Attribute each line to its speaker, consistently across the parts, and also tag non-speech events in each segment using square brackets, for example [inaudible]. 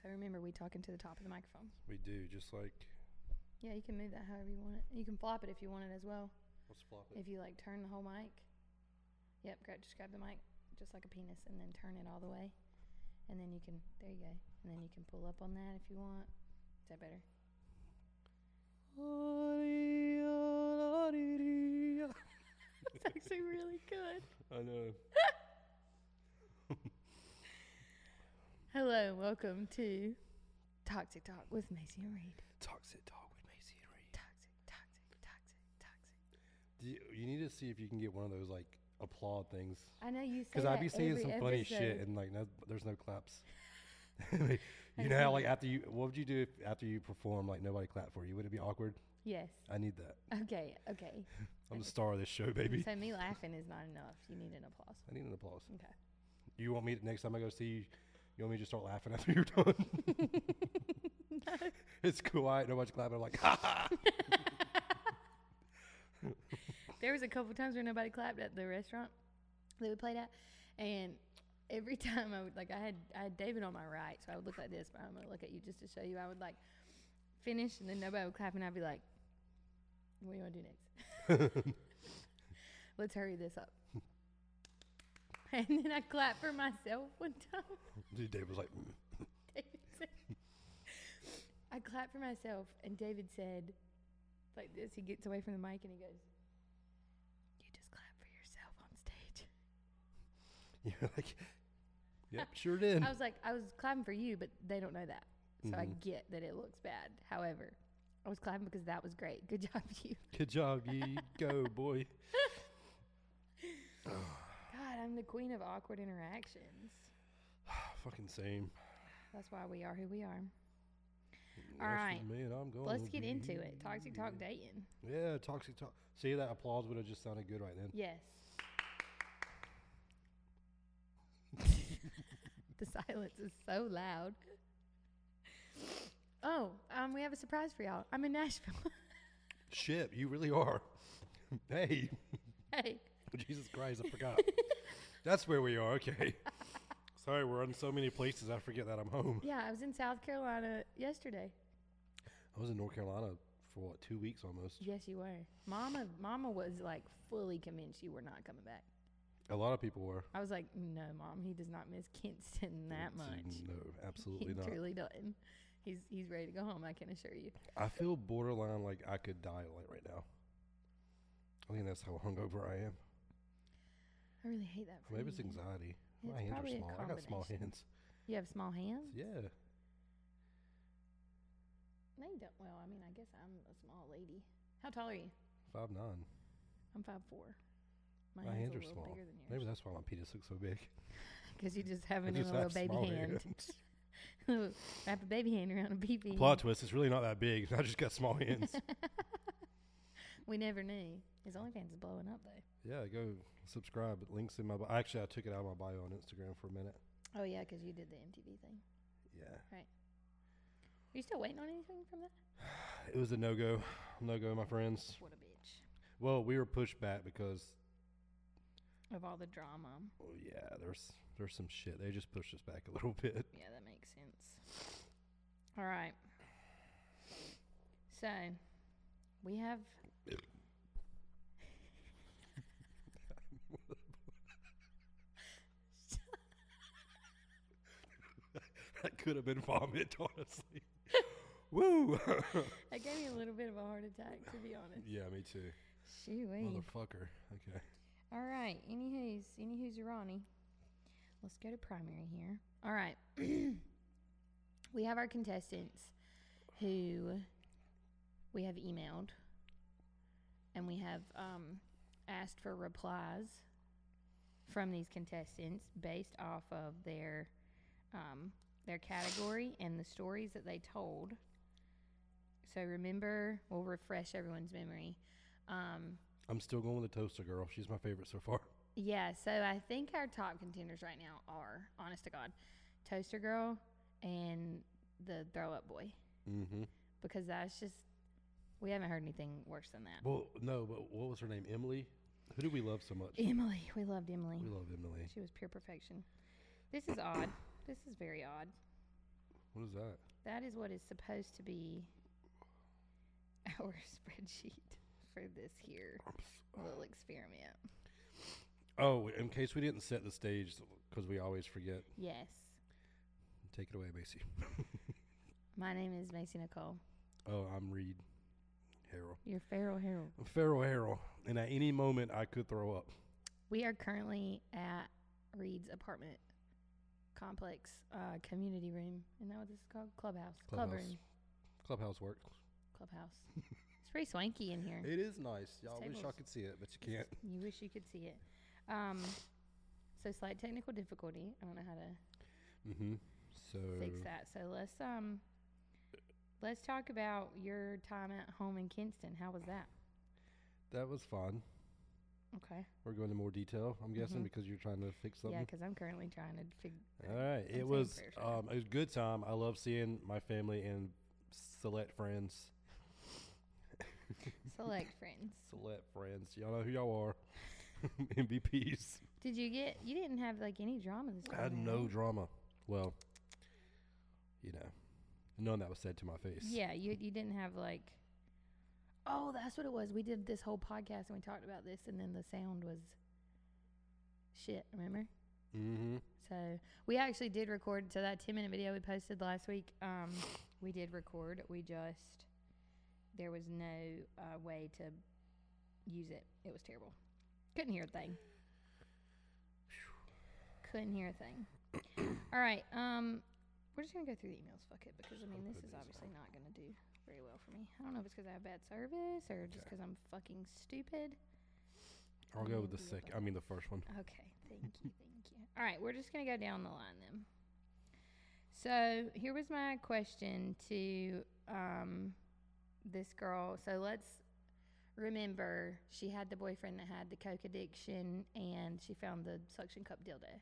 Speaker 1: So remember, we talk into the top of the microphone.
Speaker 2: We do, just like,
Speaker 1: Yeah, you can move that however you want it. You can flop it if you want it as well.
Speaker 2: let's flop it.
Speaker 1: If you like, turn the whole mic. Yep, grab, just grab the mic, just like a penis, and then turn it all the way. And then you can, there you go. And then you can pull up on that if you want. Is that better? [laughs] It's actually really good.
Speaker 2: [laughs] I know.
Speaker 1: Hello, welcome to Toxic Talk with Macy and Reed.
Speaker 2: Toxic Dog with Macy and Reed.
Speaker 1: Toxic, toxic, toxic, toxic.
Speaker 2: Do you, you need to see if you can get one of those like applaud things.
Speaker 1: I know you say
Speaker 2: Because I'd be
Speaker 1: that
Speaker 2: seeing
Speaker 1: every
Speaker 2: some funny
Speaker 1: episode.
Speaker 2: shit and like, no, there's no
Speaker 1: [laughs]
Speaker 2: claps. [laughs] Like, you know how like after you, what would you do if after you perform like nobody clapped for you? Would it be awkward?
Speaker 1: Yes.
Speaker 2: I need that.
Speaker 1: Okay, okay.
Speaker 2: I'm the star of this show, baby.
Speaker 1: So me laughing is not enough. You need an applause.
Speaker 2: I need an applause.
Speaker 1: Okay.
Speaker 2: You want me to, next time I go see you, you want me to just start laughing [laughs] after you're done?
Speaker 1: [laughs]
Speaker 2: it's quiet, nobody's clapping. I'm like, ha ha.
Speaker 1: There was a couple times where nobody clapped at the restaurant that we played at, and every [laughs] time I would like I had I had David on my right, so I would look like this, but I'm gonna look at you just to show you. I would like finish, and then nobody would clap, and I'd be like, "What do you want to do next? [laughs] Let's hurry this up." [laughs] And then I clapped for myself one time.
Speaker 2: Dude, Dave was like, "Mm." [laughs]
Speaker 1: David said, I clapped for myself, and David said, like this, he gets away from the mic and he goes, You just clap for yourself on stage.
Speaker 2: you're like, yep, sure did.
Speaker 1: I was like, I was clapping for you, but they don't know that. So I get that it looks bad. However, I was clapping because that was great. Good [laughs] job, you.
Speaker 2: Good job, you go, boy. [sighs]
Speaker 1: God, I'm the queen of awkward interactions.
Speaker 2: Fucking same.
Speaker 1: That's why we are who we are.
Speaker 2: All
Speaker 1: right.
Speaker 2: Man, I'm going.
Speaker 1: Let's get into it. Toxic talk dating.
Speaker 2: Yeah, toxic talk. See, that applause would have just sounded good right then.
Speaker 1: Yes. [laughs] the silence is so loud. Oh, um, we have a surprise for y'all. I'm in Nashville. [laughs]
Speaker 2: Shit, you really are. [laughs] hey, [laughs]
Speaker 1: hey,
Speaker 2: Jesus Christ, I
Speaker 1: [laughs]
Speaker 2: forgot. That's where we are. Okay. [laughs] Sorry, we're in so many places. I forget that I'm home.
Speaker 1: yeah, I was in South Carolina yesterday.
Speaker 2: I was in North Carolina for what two weeks almost.
Speaker 1: Yes, you were. Mama, Mama was like fully convinced you were not coming back.
Speaker 2: A lot of people were.
Speaker 1: I was like, no, Mom, he does not miss
Speaker 2: [laughs]
Speaker 1: Kinston that much.
Speaker 2: No,
Speaker 1: He [laughs]
Speaker 2: absolutely not.
Speaker 1: truly doesn't. He's he's ready to go home. I can assure you.
Speaker 2: I feel borderline like I could die like right now. I think that's how hungover I am.
Speaker 1: I really hate that. For
Speaker 2: Maybe it's
Speaker 1: you.
Speaker 2: anxiety.
Speaker 1: It's
Speaker 2: My hands are
Speaker 1: probably a
Speaker 2: small. I got small
Speaker 1: combination.
Speaker 2: hands.
Speaker 1: you have small hands.
Speaker 2: Yeah.
Speaker 1: No, you don't. Well, I mean, I guess I'm a small lady. How tall are you?
Speaker 2: Five nine.
Speaker 1: I'm five four. My,
Speaker 2: My
Speaker 1: hand's
Speaker 2: hands
Speaker 1: a
Speaker 2: are
Speaker 1: little
Speaker 2: small.
Speaker 1: bigger than
Speaker 2: Maybe
Speaker 1: yours.
Speaker 2: that's why my penis looks so big.
Speaker 1: [laughs] Because you just
Speaker 2: I
Speaker 1: have it in
Speaker 2: just
Speaker 1: a little
Speaker 2: have
Speaker 1: baby
Speaker 2: small
Speaker 1: hand.
Speaker 2: hands.
Speaker 1: [laughs] Wrap a baby hand around a peepee.
Speaker 2: [laughs] Plot twist, it's really not that big. [laughs] I just got small
Speaker 1: [laughs]
Speaker 2: hands.
Speaker 1: We never knew. His OnlyFans is blowing up though.
Speaker 2: yeah, go subscribe. Links in my bio. Actually, I took it out of my bio on Instagram for a minute.
Speaker 1: Oh yeah, because you did the MTV thing,
Speaker 2: Yeah.
Speaker 1: right? Are you still waiting on anything from that?
Speaker 2: It was a no go. No go, my friends.
Speaker 1: What a bitch!
Speaker 2: Well, we were pushed back because
Speaker 1: Of all the drama.
Speaker 2: oh yeah, there's there's some shit. They just pushed us back a little [laughs] bit.
Speaker 1: Yeah, that makes sense. All right. So, we have.
Speaker 2: That could have been vomit, [laughs] honestly. Woo! [laughs]
Speaker 1: That gave me a little bit of a heart attack, to be honest.
Speaker 2: yeah, me too.
Speaker 1: Shoo-wee.
Speaker 2: Motherfucker. Okay.
Speaker 1: All right. Anywho's, anywho's Ronnie. Let's go to primary here. All right. [clears throat] we have our contestants who we have emailed and we have um, asked for replies from these contestants based off of their um, their category and the stories that they told. So remember, we'll refresh everyone's memory. Um,
Speaker 2: I'm still going with the toaster girl. She's my favorite so far.
Speaker 1: Yeah, so I think our top contenders right now are, honest to God, Toaster Girl and the Throw Up Boy.
Speaker 2: Mm-hmm.
Speaker 1: Because that's just, we haven't heard anything worse than that.
Speaker 2: Well, no, but what was her name? Emily? Who do we love so much?
Speaker 1: Emily, we loved
Speaker 2: We
Speaker 1: Emily.
Speaker 2: love Emily.
Speaker 1: She was pure perfection. This is odd. This is very odd.
Speaker 2: What is that?
Speaker 1: That is what is supposed to be [laughs] our spreadsheet for this here little experiment.
Speaker 2: Oh, in case we didn't set the stage, because we always forget.
Speaker 1: Yes.
Speaker 2: Take it away, Macy.
Speaker 1: My name is Macy Nicole.
Speaker 2: Oh, I'm Reed Harrell.
Speaker 1: Your feral herald.
Speaker 2: I'm Farrell Harrell, and at any moment I could throw up.
Speaker 1: We are currently at Reed's apartment complex, uh, community room. Isn't that what this is called? Clubhouse. Club
Speaker 2: Clubhouse.
Speaker 1: room.
Speaker 2: Clubhouse works.
Speaker 1: Clubhouse. it's pretty swanky in here.
Speaker 2: It is nice. Y'all wish y'all
Speaker 1: tables.
Speaker 2: could see it, but you can't.
Speaker 1: You wish you could see it. Um, so slight technical difficulty. I don't know how to
Speaker 2: Mm-hmm. So
Speaker 1: fix that. So let's um let's talk about your time at home in Kinston. How was that?
Speaker 2: that was fun.
Speaker 1: Okay.
Speaker 2: We're going into more detail, I'm guessing,
Speaker 1: Mhm.
Speaker 2: because you're trying to fix
Speaker 1: Yeah,
Speaker 2: something.
Speaker 1: because I'm currently trying to
Speaker 2: [laughs]
Speaker 1: figure.
Speaker 2: All right.
Speaker 1: saying
Speaker 2: It was
Speaker 1: prayers right
Speaker 2: um, it was a good time. I love seeing my family and select friends.
Speaker 1: Select friends.
Speaker 2: Select friends. Y'all know who y'all are. [laughs] MVPs.
Speaker 1: Did you get? You didn't have like any drama this time.
Speaker 2: I had
Speaker 1: right?
Speaker 2: no drama. Well, you know, none that was said to my face.
Speaker 1: Yeah, you you didn't have like. Oh, that's what it was. We did this whole podcast and we talked about this, and then the sound was shit. Remember?
Speaker 2: Mm-hmm.
Speaker 1: So we actually did record. So that ten minute video we posted last week, um, we did record. We just there was no uh, way to use it. It was terrible. Couldn't hear a thing. Couldn't hear a thing. [coughs] All right. Um, we're just gonna go through the emails. Fuck it, because I mean this
Speaker 2: put
Speaker 1: is
Speaker 2: these
Speaker 1: obviously not gonna do very well for me. I don't know if it's because I have bad service or just
Speaker 2: Okay.
Speaker 1: because I'm fucking stupid.
Speaker 2: I'll go with the
Speaker 1: Mm,
Speaker 2: second.
Speaker 1: but-
Speaker 2: I mean, the first one.
Speaker 1: Okay, thank you, thank you. All right, we're just going to go down the line then. So here was my question to um, this girl. So let's remember she had the boyfriend that had the coke addiction and she found the suction cup dildo.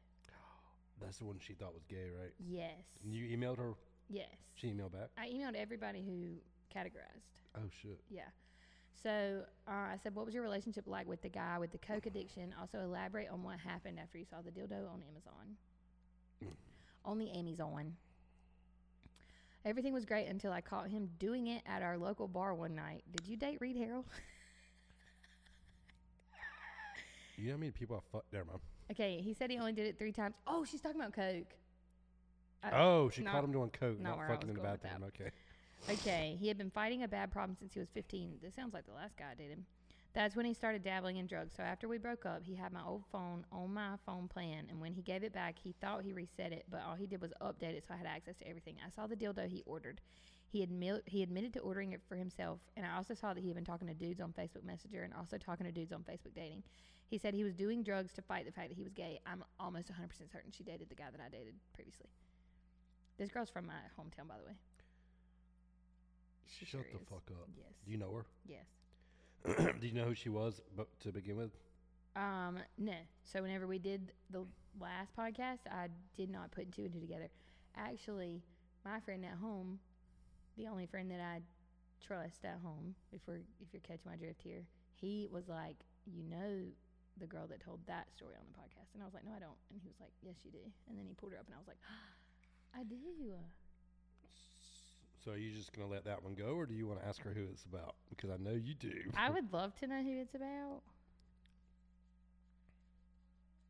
Speaker 2: That's the one she thought was gay, right?
Speaker 1: Yes.
Speaker 2: And you emailed her.
Speaker 1: yes.
Speaker 2: She emailed back.
Speaker 1: I emailed everybody who categorized.
Speaker 2: Oh shit.
Speaker 1: Yeah. So uh, I said, what was your relationship like with the guy with the coke addiction? Also, elaborate on what happened after you saw the dildo on Amazon. on the Amazon. Everything was great until I caught him doing it at our local bar one night. Did you date Reed Harrell? [laughs]
Speaker 2: You know how many people I fucked? Never mind.
Speaker 1: okay, he said he only did it three times. Oh, she's talking about coke. Uh,
Speaker 2: oh, she
Speaker 1: not-
Speaker 2: caught him doing coke,
Speaker 1: not
Speaker 2: not,
Speaker 1: where I
Speaker 2: fucking
Speaker 1: was
Speaker 2: in the
Speaker 1: going with
Speaker 2: bathroom. Okay.
Speaker 1: Okay, he had been fighting a bad problem since he was 15. This sounds like the last guy I dated. That's when he started dabbling in drugs. So after we broke up, he had my old phone on my phone plan, and when he gave it back, he thought he reset it, but all he did was update it, so I had access to everything. I saw the dildo he ordered. He admit, he admitted to ordering it for himself, and I also saw that he had been talking to dudes on Facebook Messenger and also talking to dudes on Facebook dating. He said he was doing drugs to fight the fact that he was gay. I'm almost 100% certain she dated the guy that I dated previously. This girl's from my hometown, by the way. She
Speaker 2: Shut
Speaker 1: sure
Speaker 2: the
Speaker 1: is.
Speaker 2: fuck up.
Speaker 1: Yes.
Speaker 2: Do you know her?
Speaker 1: yes.
Speaker 2: [clears throat] Do you know who she was but to begin with?
Speaker 1: Um, no. So whenever we did the last podcast, I did not put two and two together. Actually, my friend at home, the only friend that I trust at home, if we're if you're catching my drift here, he was like, You know the girl that told that story on the podcast and I was like, No, I don't and he was like, Yes you do and then he pulled her up and I was like, [gasps] I do.
Speaker 2: So are you just gonna let that one go, or do you want to ask her who it's about? Because I know you do.
Speaker 1: I would love to know who it's about.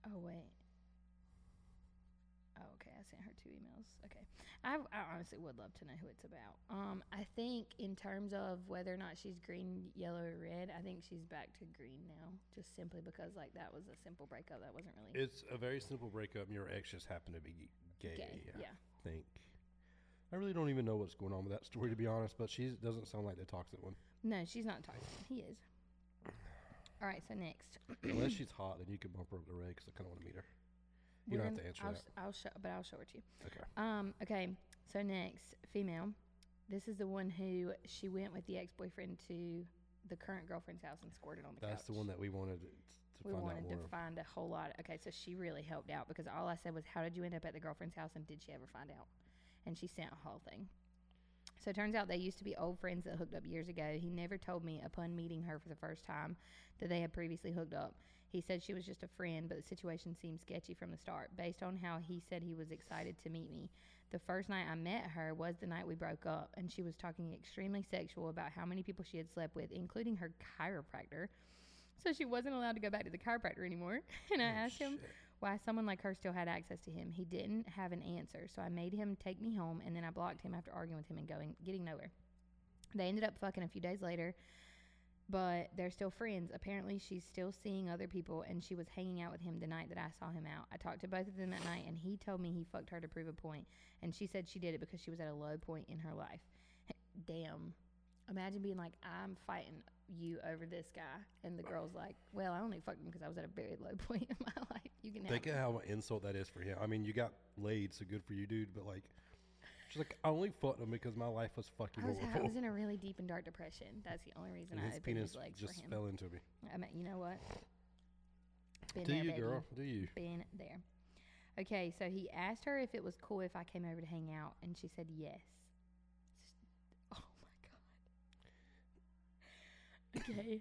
Speaker 1: Oh wait. Oh, okay. I sent her two emails. Okay. I, I honestly would love to know who it's about. Um, I think in terms of whether or not she's green, yellow, or red, I think she's back to green now, just simply because like that was a simple breakup. That wasn't really
Speaker 2: [laughs] It's a very simple breakup, and your ex just happened to be gay.
Speaker 1: gay.
Speaker 2: I
Speaker 1: Yeah.
Speaker 2: think. I really don't even know what's going on with that story, to be honest. But she doesn't sound like the
Speaker 1: [clears throat]
Speaker 2: toxic one,
Speaker 1: No, she's not toxic. He is. All right. So next,
Speaker 2: unless she's hot. Then you can bump her up to red because I kind of want to meet her. You
Speaker 1: we're
Speaker 2: don't have
Speaker 1: gonna-
Speaker 2: to answer
Speaker 1: I'll,
Speaker 2: that.
Speaker 1: sh- I'll show, but I'll show it to you.
Speaker 2: Okay.
Speaker 1: Um, okay, so next, female. This is the one who she went with the ex boyfriend to the current girlfriend's house and squirted on the couch.
Speaker 2: That's the one that we wanted to
Speaker 1: we
Speaker 2: find out
Speaker 1: wanted
Speaker 2: more.
Speaker 1: to
Speaker 2: of.
Speaker 1: find a whole lot. Okay, so she really helped out because all I said was, "How did you end up at the girlfriend's house?" and did she ever find out? And she sent a whole thing. So it turns out they used to be old friends that hooked up years ago. He never told me upon meeting her for the first time that they had previously hooked up. He said she was just a friend, but the situation seemed sketchy from the start, based on how he said he was excited to meet me. The first night I met her was the night we broke up, and she was talking extremely sexual about how many people she had slept with, including her chiropractor. So she wasn't allowed to go back to the chiropractor anymore. [laughs] And I
Speaker 2: Oh,
Speaker 1: asked him
Speaker 2: shit.
Speaker 1: why someone like her still had access to him. He didn't have an answer, so I made him take me home, and then I blocked him after arguing with him and going getting nowhere. They ended up fucking a few days later, but they're still friends. Apparently, she's still seeing other people, and she was hanging out with him the night that I saw him out. I talked to both of them that night, and he told me he fucked her to prove a point, and she said she did it because she was at a low point in her life. Damn. Imagine being like, I'm fighting you over this guy, and the girl's like, Well, I only fucked him because I was at a very low [laughs] point in my life. You can have
Speaker 2: Think of how an insult that is for him. I mean, you got laid, so good for you, dude. But like, she's like, I only fucked him because my life was fucking
Speaker 1: I was, I
Speaker 2: horrible.
Speaker 1: was in a really deep and dark depression. That's the only reason
Speaker 2: [laughs] And
Speaker 1: I
Speaker 2: his
Speaker 1: opened
Speaker 2: penis
Speaker 1: his legs for
Speaker 2: just
Speaker 1: him.
Speaker 2: fell into me.
Speaker 1: I mean, you know what? Been
Speaker 2: Do
Speaker 1: there,
Speaker 2: you,
Speaker 1: baby.
Speaker 2: girl? Do you?
Speaker 1: Been there. Okay, so he asked her if it was cool if I came over to hang out, and she said yes. [laughs] Oh my god. Okay.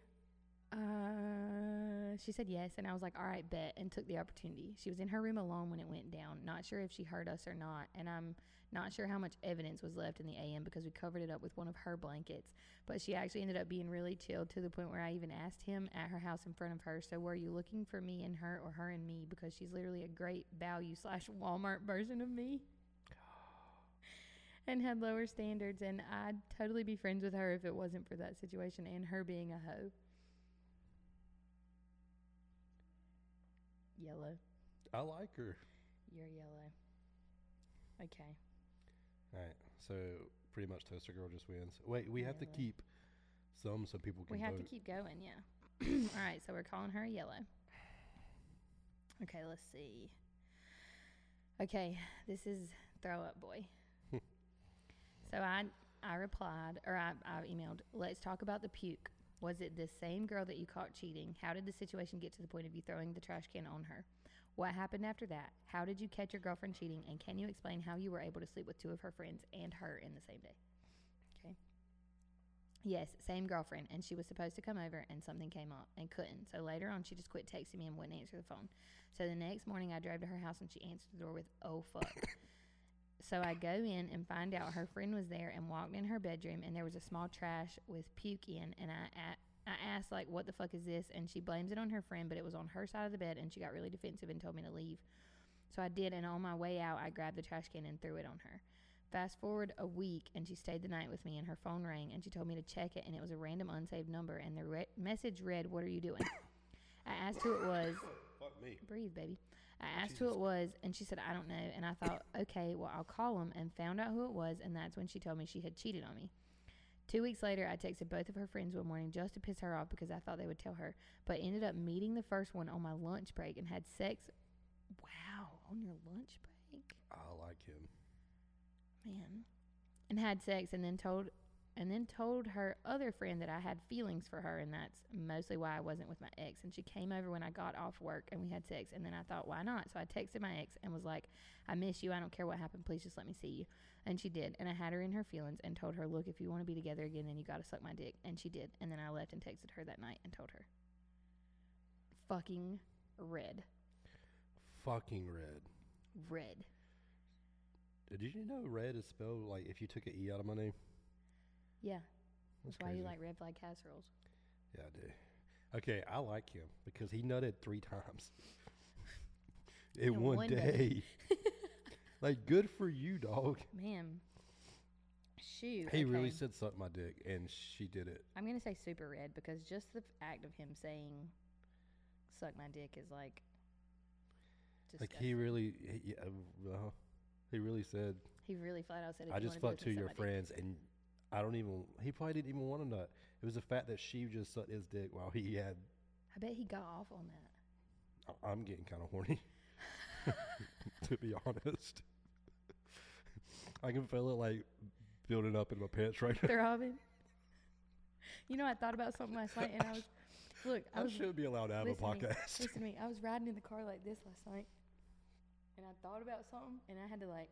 Speaker 1: [coughs] Uh, she said yes, and I was like, "All right, bet," and took the opportunity. She was in her room alone when it went down. Not sure if she heard us or not, and I'm not sure how much evidence was left in the AM because we covered it up with one of her blankets. But she actually ended up being really chilled to the point where I even asked him at her house in front of her, "So were you looking for me and her, or her and me?" Because she's literally a great value slash Walmart version of me and had lower standards and I'd totally be friends with her if it wasn't for that situation and her being a hoe. Yellow.
Speaker 2: I like her.
Speaker 1: You're yellow. Okay.
Speaker 2: All right. So pretty much Toaster Girl just wins. Wait, we have to
Speaker 1: Really?
Speaker 2: keep some so people can
Speaker 1: We have
Speaker 2: vote.
Speaker 1: to keep going, yeah. [clears throat] All right, so we're calling her yellow. Okay, let's see. Okay, this is throw up boy.
Speaker 2: Hmm.
Speaker 1: so I I replied or I, I emailed, let's talk about the puke. Was it the same girl that you caught cheating? How did the situation get to the point of you throwing the trash can on her? What happened after that? How did you catch your girlfriend cheating? And can you explain how you were able to sleep with two of her friends and her in the same day? Okay. Yes, same girlfriend, and she was supposed to come over, and something came up and couldn't. So later on, she just quit texting me and wouldn't answer the phone. So the next morning, I drove to her house, and she answered the door with "Oh fuck." [laughs] so I go in and find out her friend was there, and walked in her bedroom, and there was a small trash with puke in, and I. a- I asked, like, what the fuck is this? And she blames it on her friend, but it was on her side of the bed, and she got really defensive and told me to leave. So I did, and on my way out, I grabbed the trash can and threw it on her. Fast forward a week, and she stayed the night with me, and her phone rang, and she told me to check it, and it was a random unsaved number, and the re- message read, What are you doing? I asked who it was.
Speaker 2: Fuck me.
Speaker 1: Breathe, baby. I asked who
Speaker 2: Jesus.
Speaker 1: it was, and she said, I don't know. And I thought, okay, well, I'll call him, and found out who it was, and that's when she told me she had cheated on me. Two weeks later, I texted both of her friends one morning just to piss her off because I thought they would tell her, but ended up meeting the first one on my lunch break and had sex. Wow, on your lunch break?
Speaker 2: I like him.
Speaker 1: man and had sex and then told and then told her other friend that I had feelings for her and that's mostly why I wasn't with my ex and she came over when I got off work and we had sex and then I thought why not so I texted my ex and was like I miss you I don't care what happened please just let me see you and she did and I had her in her feelings and told her look if you want to be together again then you got to suck my dick and she did and then I left and texted her that night and told her fucking red
Speaker 2: Fucking red.
Speaker 1: red
Speaker 2: Did you know red is spelled like if you took an E out of my name?
Speaker 1: yeah that's, why you
Speaker 2: crazy.
Speaker 1: like red flag casseroles
Speaker 2: Yeah, I do. Okay, I like him because he nutted
Speaker 1: [laughs]
Speaker 2: three times in,
Speaker 1: In
Speaker 2: one,
Speaker 1: one day.
Speaker 2: day.
Speaker 1: [laughs]
Speaker 2: like, good for you, dog.
Speaker 1: Man. Shoot.
Speaker 2: He really
Speaker 1: okay.
Speaker 2: said suck my dick, and she did it.
Speaker 1: I'm going to say super red because just the f- act of him saying suck my dick is like.
Speaker 2: Like
Speaker 1: disgusting.
Speaker 2: he really, he, yeah, uh, uh-huh. he really said,
Speaker 1: he really flat out said, if
Speaker 2: "I
Speaker 1: you
Speaker 2: just
Speaker 1: wanna
Speaker 2: fucked
Speaker 1: be with
Speaker 2: two
Speaker 1: me,
Speaker 2: of
Speaker 1: suck
Speaker 2: your
Speaker 1: my dick."
Speaker 2: friends," and I don't even. He probably didn't even want to nut. It was the fact that she just sucked his dick while he had.
Speaker 1: I bet he got off on that. [laughs]
Speaker 2: I- I'm getting kind of horny, [laughs] to be honest. [laughs] I can feel it like building up in my pants right now.
Speaker 1: Throbbing. [laughs] You know, I thought about something last night and I was. Look, I
Speaker 2: [laughs] I
Speaker 1: was.
Speaker 2: should be allowed to have a
Speaker 1: listen to me.
Speaker 2: podcast.
Speaker 1: Listen to me. I was riding in the car like this last night and I thought about something and I had to like.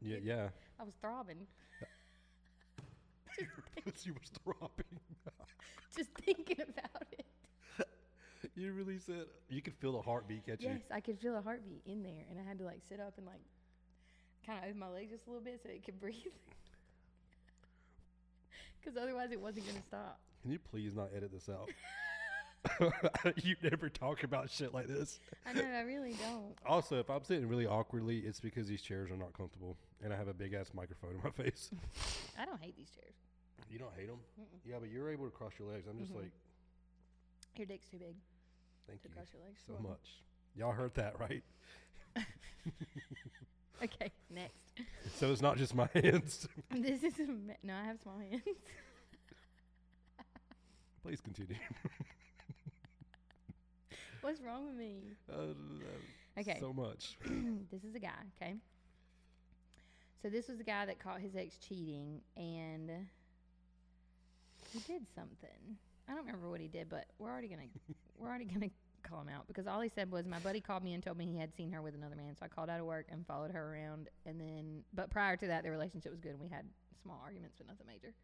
Speaker 2: Yeah,
Speaker 1: [laughs]
Speaker 2: yeah.
Speaker 1: I was throbbing
Speaker 2: you was throbbing.
Speaker 1: just thinking about it.
Speaker 2: [laughs] You really said you could feel the heartbeat catch
Speaker 1: Yes, I could feel a heartbeat in there, and I had to like sit up and like kind of open my legs just a little bit so it could breathe. [laughs] Because otherwise, it wasn't going to stop.
Speaker 2: you. Can you please not edit
Speaker 1: [laughs]
Speaker 2: this out? [laughs] you never talk about shit like this.
Speaker 1: I know, I really don't.
Speaker 2: Also, if I'm sitting really awkwardly, it's because these chairs are not comfortable, and I have a big ass microphone in my [laughs] face.
Speaker 1: I don't hate these chairs.
Speaker 2: you don't hate them? Yeah, but you're able to cross your legs. I'm just like,
Speaker 1: Your dick's too big
Speaker 2: thank
Speaker 1: Mm-hmm. to
Speaker 2: you
Speaker 1: cross your legs.
Speaker 2: so
Speaker 1: You're welcome.
Speaker 2: much. Y'all heard that, right?
Speaker 1: Okay, next. [laughs]
Speaker 2: So it's not just my [laughs] hands.
Speaker 1: this is a me- no. I have small hands. [laughs]
Speaker 2: please continue. [laughs]
Speaker 1: What's wrong with me?
Speaker 2: Uh,
Speaker 1: Okay.
Speaker 2: So much.
Speaker 1: [clears throat] this is a guy, okay? So this was a guy that caught his ex cheating and he did something. I don't remember what he did, but we're already gonna [laughs] we're already gonna call him out because all he said was my buddy called me and told me he had seen her with another man, so I called out of work and followed her around and then but prior to that their relationship was good and we had small arguments but nothing major.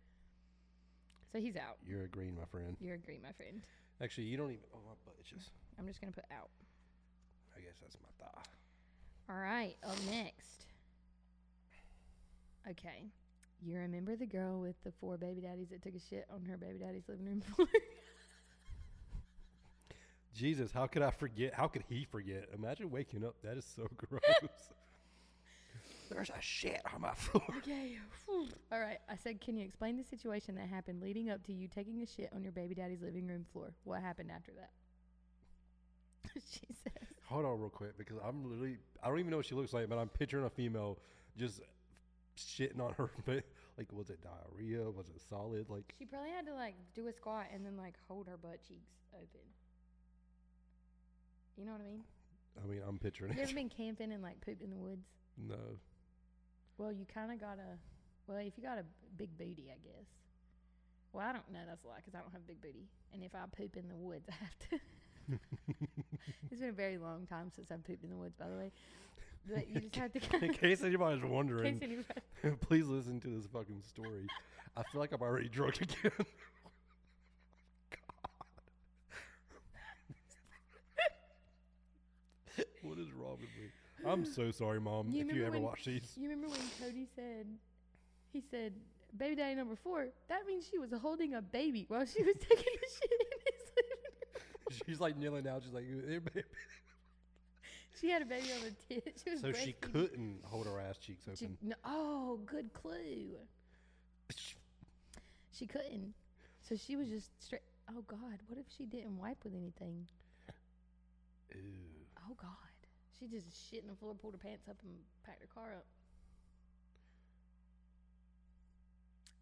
Speaker 1: So he's out.
Speaker 2: You're agreeing, my friend.
Speaker 1: You're agree, my friend.
Speaker 2: Actually, you don't even. Oh, my butt itches.
Speaker 1: I'm just gonna put out.
Speaker 2: I guess that's my thigh.
Speaker 1: All right, up next. Okay. You remember the girl with the four baby daddies that took a shit on her baby daddy's living room [laughs] floor?
Speaker 2: Jesus, how could I forget? How could he forget? Imagine waking up. That is so [laughs] gross. There's a shit on my floor. [laughs]
Speaker 1: okay. phew. All right. I said, can you explain the situation that happened leading up to you taking a shit on your baby daddy's living room floor? What happened after that? [laughs] she says,
Speaker 2: Hold on, real quick, because I'm literally. I don't even know what she looks like, but I'm picturing a female just shitting on her. ba- [laughs] Like, was it diarrhea? Was it solid? Like,
Speaker 1: she probably had to like do a squat and then like hold her butt cheeks open. You know what I mean?
Speaker 2: I mean, I'm picturing
Speaker 1: You ever
Speaker 2: it.
Speaker 1: been camping and like pooped in the woods?
Speaker 2: [laughs] No.
Speaker 1: Well, you kind of got a. Well, if you got a big booty, I guess. Well, I don't know. That's a lie 'cause I don't have a big booty. And if I poop in the woods, [laughs] I have
Speaker 2: [laughs]
Speaker 1: to. it's been a very long time since I've pooped in the woods, by the way. But
Speaker 2: [laughs]
Speaker 1: you just have to kind [laughs]
Speaker 2: In case anybody's
Speaker 1: of.
Speaker 2: wondering,
Speaker 1: case anybody.
Speaker 2: [laughs] please listen to this fucking story. I feel like I'm already drunk again. [laughs] God. what is wrong with me? I'm so sorry, Mom,
Speaker 1: You
Speaker 2: if you
Speaker 1: remember
Speaker 2: ever
Speaker 1: when-
Speaker 2: watch
Speaker 1: [laughs]
Speaker 2: these. [laughs]
Speaker 1: You remember when Cody said, he said, baby daddy number four, that means she was holding a baby while she was [laughs] taking a shit in his living room.
Speaker 2: She's like kneeling down. She's like, "Hey, baby."
Speaker 1: She had a baby on the tit. She was
Speaker 2: so she
Speaker 1: breastfeeding.
Speaker 2: couldn't hold her ass cheeks
Speaker 1: She- [sniffs]
Speaker 2: open.
Speaker 1: no, oh, good clue. She couldn't. So she was just straight. Oh God, what if she didn't wipe with anything?
Speaker 2: Ew.
Speaker 1: Oh God, she just shit in the floor, pulled her pants up, and packed her car up.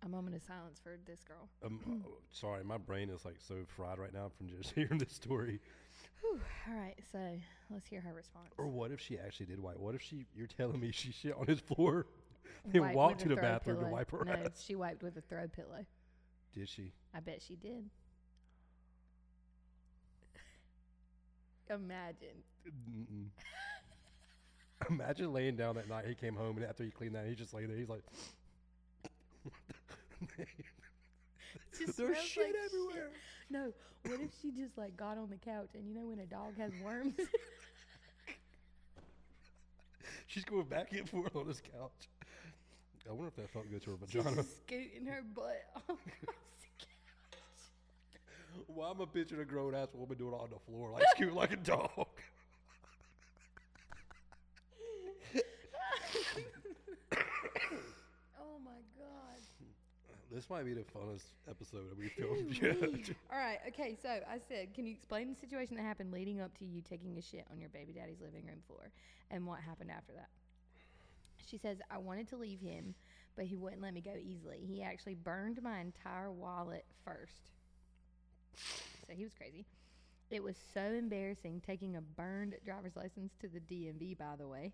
Speaker 1: A moment of silence for this girl.
Speaker 2: Um, oh, sorry, my brain is like so fried right now from just [laughs] hearing this story.
Speaker 1: Whew. All right, so let's hear her response.
Speaker 2: Or what if she actually did wipe? What if she? You're telling me she shit on his floor [laughs] and
Speaker 1: Wipe
Speaker 2: walked to
Speaker 1: with a
Speaker 2: the
Speaker 1: throw
Speaker 2: bathroom
Speaker 1: pillow.
Speaker 2: to wipe her
Speaker 1: no,
Speaker 2: ass?
Speaker 1: she wiped with a throw pillow.
Speaker 2: Did she?
Speaker 1: I bet she did. Imagine.
Speaker 2: Mm-mm. Imagine laying down that night. He came home and after he cleaned that, he just lay there. He's like, [laughs]
Speaker 1: Just
Speaker 2: [laughs] "There's
Speaker 1: smells
Speaker 2: shit
Speaker 1: like
Speaker 2: everywhere."
Speaker 1: No, what if she just like got on the couch and you know when a dog has worms? [laughs]
Speaker 2: She's going back and forth on his couch. I wonder if that felt good to her
Speaker 1: She's
Speaker 2: vagina.
Speaker 1: just scooting her butt [laughs] all across the couch.
Speaker 2: [laughs] Why am I picturing a grown ass woman doing it on the floor, [laughs] like cute like a dog?
Speaker 1: [coughs] Oh my god.
Speaker 2: This might be the funnest episode [laughs] that we filmed yet. [laughs]
Speaker 1: All right, okay, so I said, can you explain the situation that happened leading up to you taking a shit on your baby daddy's living room floor and what happened after that? She says, I wanted to leave him, but he wouldn't let me go easily. He actually burned my entire wallet first. So he was crazy. It was so embarrassing taking a burned driver's license to the DMV, by the way.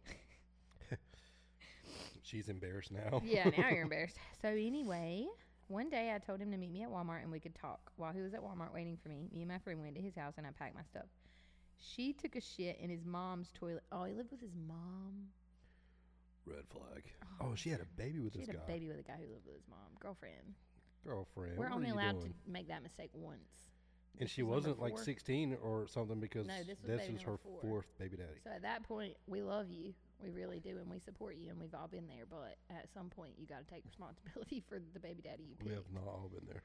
Speaker 2: She's embarrassed now.
Speaker 1: yeah, now you're embarrassed. So anyway, one day I told him to meet me at Walmart and we could talk. While he was at Walmart waiting for me, me and my friend went to his house and I packed my stuff. She took a shit in his mom's toilet. Oh, he lived with his mom.
Speaker 2: [laughs] Red flag. Oh, she had a baby with
Speaker 1: She
Speaker 2: this
Speaker 1: had a
Speaker 2: guy.
Speaker 1: baby with a guy who lived with his mom, girlfriend.
Speaker 2: Girlfriend.
Speaker 1: We're
Speaker 2: what
Speaker 1: only
Speaker 2: are you
Speaker 1: allowed
Speaker 2: doing?
Speaker 1: to make that mistake once.
Speaker 2: And she
Speaker 1: was number
Speaker 2: wasn't like
Speaker 1: four.
Speaker 2: 16 or something because
Speaker 1: No, this
Speaker 2: this,
Speaker 1: was baby
Speaker 2: is her
Speaker 1: number four.
Speaker 2: fourth baby daddy.
Speaker 1: So at that point, we love you. We really do, and we support you, and we've all been there. But at some point, you got to take responsibility [laughs] for the baby daddy you
Speaker 2: we
Speaker 1: picked.
Speaker 2: have not all been there.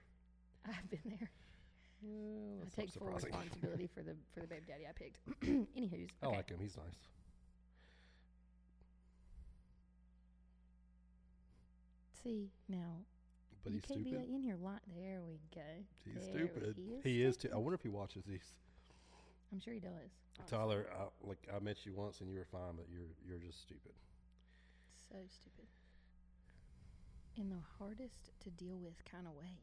Speaker 1: I've been there.
Speaker 2: Well, that's
Speaker 1: I
Speaker 2: not
Speaker 1: take full
Speaker 2: surprising. Oh,
Speaker 1: responsibility for the for the baby daddy I picked. [clears throat] Anywho's,
Speaker 2: [laughs] I
Speaker 1: okay.
Speaker 2: like him. He's nice.
Speaker 1: See now,
Speaker 2: But
Speaker 1: you
Speaker 2: he's
Speaker 1: can't
Speaker 2: stupid.
Speaker 1: be in here. Like there we go.
Speaker 2: he's
Speaker 1: There
Speaker 2: stupid.
Speaker 1: He is.
Speaker 2: He is too. I wonder if he watches these.
Speaker 1: I'm sure he does. honestly.
Speaker 2: Tyler, I, like I met you once and you were fine, but you're you're just stupid.
Speaker 1: So stupid. In the hardest to deal with kind of way.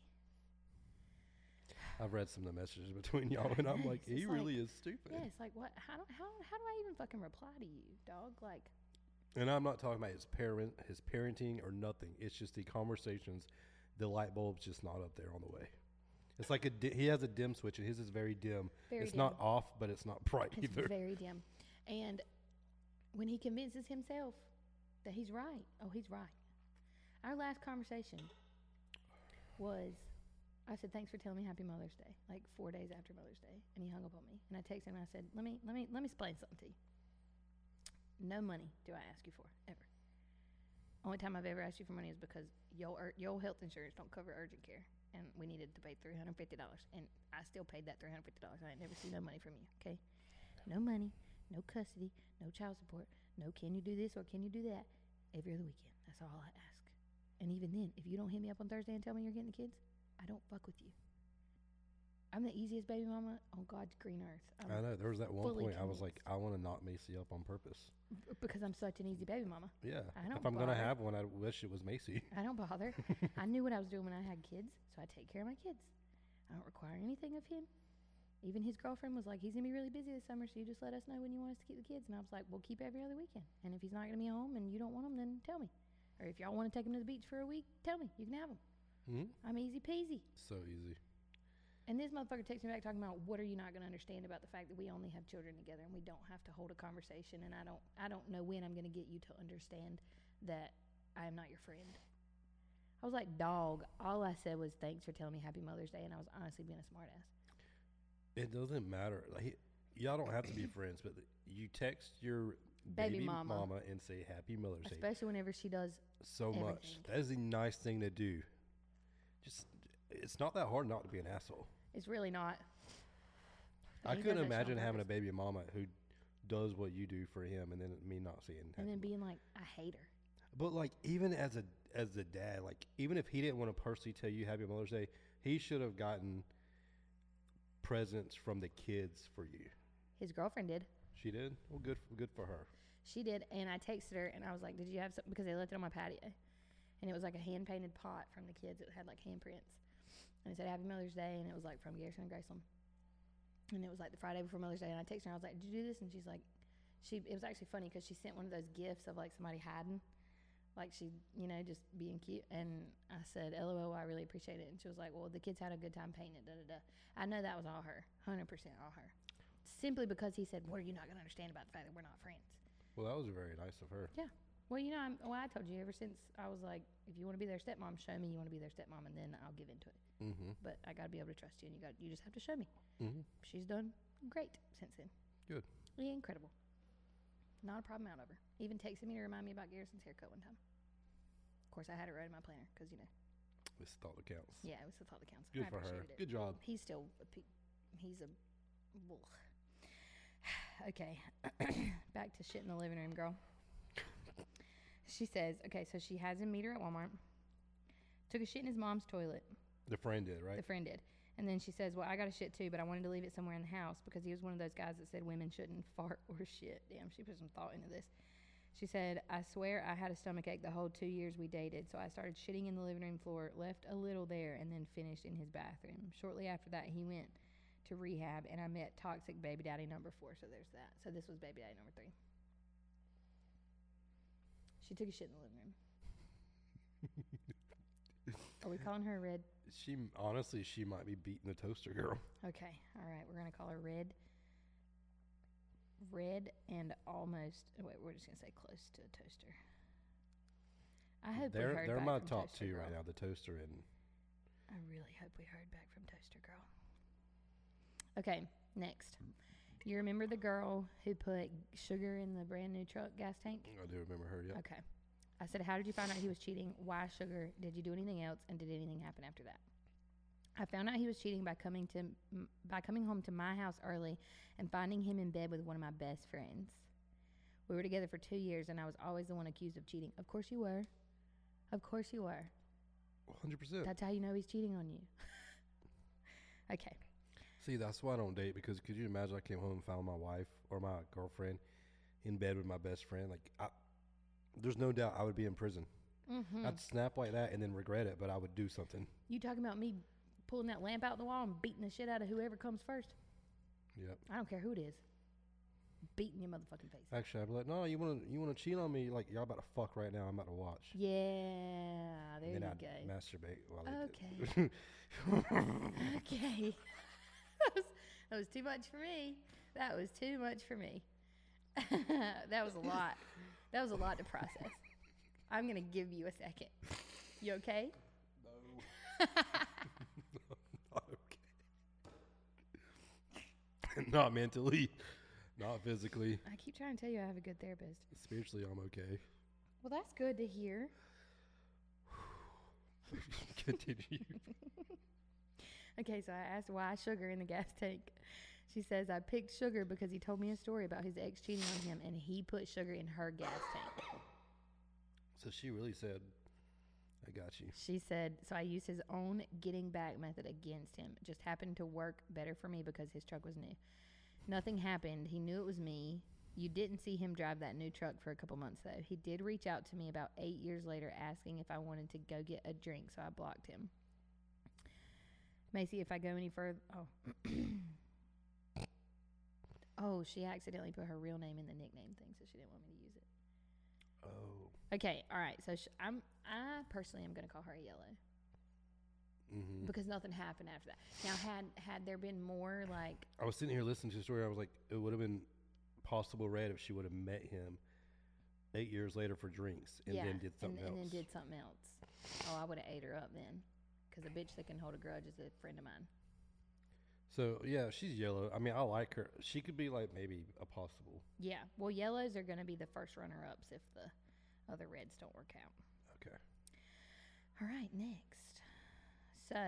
Speaker 2: I've read some of the messages [laughs] between y'all, and
Speaker 1: [laughs]
Speaker 2: I'm like,
Speaker 1: Yes, it's
Speaker 2: he
Speaker 1: like-
Speaker 2: really is stupid.
Speaker 1: Yeah, it's like what? How do how how do I even fucking reply to you, dog? Like,
Speaker 2: And I'm not talking about his parent, his parenting, or nothing. It's just the conversations. The light bulb's just not up there on the way. It's like a di- he has a dim switch, and his is very dim.
Speaker 1: Very
Speaker 2: it's not off, but it's not bright
Speaker 1: it's
Speaker 2: either.
Speaker 1: very dim. And when he convinces himself that he's right, oh, he's right. Our last conversation was, I said, "Thanks for telling me Happy Mother's Day." Like four days after Mother's Day, and he hung up on me. And I texted him and I said, "Let me let me let me explain something to you. No money do I ask you for ever. Only time I've ever asked you for money is because your ur- your health insurance don't cover urgent care, and we needed to pay three hundred fifty dollars, and I still paid that three hundred fifty dollars. I ain't never seen no money from you. Okay, no money, no custody, no child support, no can you do this or can you do that every other weekend. That's all I ask. And even then, if you don't hit me up on Thursday and tell me you're getting the kids, I don't fuck with you. I'm the easiest baby mama on God's green earth.
Speaker 2: I
Speaker 1: I'm,
Speaker 2: know there was that one
Speaker 1: um, fully
Speaker 2: point I was like, I want to knock Macy up on purpose.
Speaker 1: because I'm such an easy baby mama.
Speaker 2: Yeah,
Speaker 1: I don't
Speaker 2: if I'm gonna
Speaker 1: bother.
Speaker 2: have one, I wish it was
Speaker 1: [laughs]
Speaker 2: Macy. [laughs]
Speaker 1: I don't bother. I knew what I was doing when I had kids, so I take care of my kids. I don't require anything of him. Even his girlfriend was like, "He's gonna be really busy this summer, so you just let us know when you want us to keep the kids." And I was like, "We'll keep every other weekend. And if he's not gonna be home and you don't want him, then tell me. Or if y'all want to take him to the beach for a week, tell me. You can have him.
Speaker 2: Mhm.
Speaker 1: I'm easy peasy."
Speaker 2: So easy.
Speaker 1: And this motherfucker texts me back talking about what are you not going to understand about the fact that we only have children together and we don't have to hold a conversation and I don't I don't know when I'm going to get you to understand that I am not your friend. I was like, "Dog, all I said was thanks for telling me happy Mother's Day." And I was honestly being a smartass.
Speaker 2: It doesn't matter. Like he- y'all don't have to
Speaker 1: [coughs]
Speaker 2: be friends, but you text your
Speaker 1: Baby mama.
Speaker 2: and say Happy Mother's Day
Speaker 1: Especially whenever she does
Speaker 2: so much.
Speaker 1: everything.
Speaker 2: That is a nice thing to do. Just, it's not that hard not to be an asshole.
Speaker 1: it's really not But
Speaker 2: I
Speaker 1: he
Speaker 2: couldn't
Speaker 1: does that shit on
Speaker 2: imagine having a
Speaker 1: purpose.
Speaker 2: baby mama who does what you do for him, and then me not seeing.
Speaker 1: and
Speaker 2: happy
Speaker 1: then being like, "I hate her."
Speaker 2: But like even as a as the dad, like even if he didn't want to personally tell you Happy Mother's Day, he should have gotten presents from the kids for you.
Speaker 1: His girlfriend did.
Speaker 2: She did. Well, good good for her.
Speaker 1: She did, and I texted her and I was like, "Did you have something?" Because they left it on my patio, and it was like a hand painted pot from the kids. It had like handprints, and it said "Happy Mother's Day," and it was like from Garrison and Graceland, and it was like the Friday before Mother's Day. And I texted her, I was like, "Did you do this?" And she's like, "She." It was actually funny because she sent one of those gifts of like somebody hiding, like she, you know, just being cute. And I said, "LOL, I really appreciate it." And she was like, "Well, the kids had a good time painting it." Da da da. I know that was all her, hundred percent all her, simply because he said, "What are you not going to understand about the fact that we're not friends?"
Speaker 2: Well, that was very nice of her.
Speaker 1: Well, you know, I'm, well, I told you ever since I was like, if you want to be their stepmom, show me you want to be their stepmom, and then I'll give into it.
Speaker 2: Mm-hmm.
Speaker 1: But I got to be able to trust you, and you got you just have to show me.
Speaker 2: Mm-hmm.
Speaker 1: She's done great since then.
Speaker 2: Good.
Speaker 1: Yeah, incredible. Not a problem out of her. Even texted me to remind me about Garrison's haircut one time. Of course, I had it right in my planner because you know,
Speaker 2: This thought that counts.
Speaker 1: yeah, it was the thought that counts. I
Speaker 2: Good for her.
Speaker 1: appreciated it.
Speaker 2: Good job.
Speaker 1: He's still a pe- he's a. [sighs] ugh. Okay, [clears throat] back to shit in the living room, girl. She says, okay, so she has him meet her at Walmart. Took a shit in his mom's toilet.
Speaker 2: The friend did
Speaker 1: The
Speaker 2: right.
Speaker 1: friend did. And then she says, well, I got a shit too, but I wanted to leave it somewhere in the house because he was one of those guys that said women shouldn't [laughs] fart or shit. Damn, she put some thought into this. She said, I swear I had a stomach ache the whole two years we dated, so I started shitting in the living room floor, left a little there, and then finished in his bathroom. Shortly after that, he went to rehab, and I met toxic baby daddy number four. So there's that. So this was baby daddy number three. She took a shit in the living room. Are we calling her Red?
Speaker 2: She honestly, she might be beating the toaster girl.
Speaker 1: Okay, all right. We're gonna call her Red. oh, Red and almost. Wait, we're just gonna say close to a toaster. I hope
Speaker 2: they're
Speaker 1: we heard
Speaker 2: they're
Speaker 1: back
Speaker 2: my
Speaker 1: from
Speaker 2: top
Speaker 1: Toaster
Speaker 2: two
Speaker 1: Girl.
Speaker 2: right now. The toaster and
Speaker 1: I really hope we heard back from Toaster Girl. Okay, next. You remember the girl who put sugar in the brand new truck gas tank?
Speaker 2: I do remember her. Yeah,
Speaker 1: Okay. I said, How did you find out he was cheating? Why sugar? Did you do anything else? And did anything happen after that? I found out he was cheating by coming to m- by coming home to my house early and finding him in bed with one of my best friends. We were together for two years, and I was always the one accused of cheating. Of course you were. Of course you were.
Speaker 2: hundred percent.
Speaker 1: That's how you know he's cheating on you. [laughs] okay.
Speaker 2: See, that's why I don't date because could you imagine I came home and found my wife or my girlfriend in bed with my best friend? Like, I, there's no doubt I would be in prison.
Speaker 1: Mm-hmm.
Speaker 2: I'd snap like that and then regret it, but I would do something.
Speaker 1: You talking about me pulling that lamp out the wall and beating the shit out of whoever comes first?
Speaker 2: Yep.
Speaker 1: I don't care who it is. Beating your motherfucking face.
Speaker 2: Actually, I'd be like, no, you want to you want to cheat on me? Like, y'all about to fuck right now. I'm about to watch.
Speaker 1: Yeah, there
Speaker 2: and
Speaker 1: you
Speaker 2: then I'd
Speaker 1: go.
Speaker 2: masturbate while I did it. [laughs]
Speaker 1: okay. [laughs] that, was, that was too much for me. That was too much for me. [laughs] that was a lot. That was a lot to process. I'm going to give you a second. You okay? [laughs]
Speaker 2: [laughs] okay. [laughs] Not mentally, not physically,
Speaker 1: I keep trying to tell you I have a good therapist.
Speaker 2: spiritually, I'm okay. [laughs]
Speaker 1: Well, that's good to hear.
Speaker 2: Continue.
Speaker 1: Okay, so I asked why sugar in the gas tank. She says, I picked sugar because he told me a story about his ex cheating on him and he put sugar in her gas tank.
Speaker 2: so she really said, "I got you."
Speaker 1: She said, So I used his own getting back method against him. It just happened to work better for me because his truck was new. Nothing happened. He knew it was me. You didn't see him drive that new truck for a couple months, though. He did reach out to me about eight years later asking if I wanted to go get a drink, so I blocked him. Macy, if I go any further. Oh. [coughs] oh, she accidentally put her real name in the nickname thing, so she didn't want me to use it.
Speaker 2: Oh.
Speaker 1: Okay, all right. So sh- I'm I personally am going to call her yellow
Speaker 2: hmm
Speaker 1: because nothing happened after that. Now had had there been more like
Speaker 2: I was sitting here listening to the story. I was like, it would have been possible red if she would have met him eight years later for drinks and
Speaker 1: yeah,
Speaker 2: then did something
Speaker 1: and,
Speaker 2: else.
Speaker 1: and then did something else. Oh, I would have ate her up then, because a bitch that can hold a grudge is a friend of mine.
Speaker 2: So yeah, she's yellow. I mean, I like her. She could be like maybe a possible.
Speaker 1: Yeah. Well, yellows are going to be the first runner ups if the other reds don't work out.
Speaker 2: Okay.
Speaker 1: All right, next. So,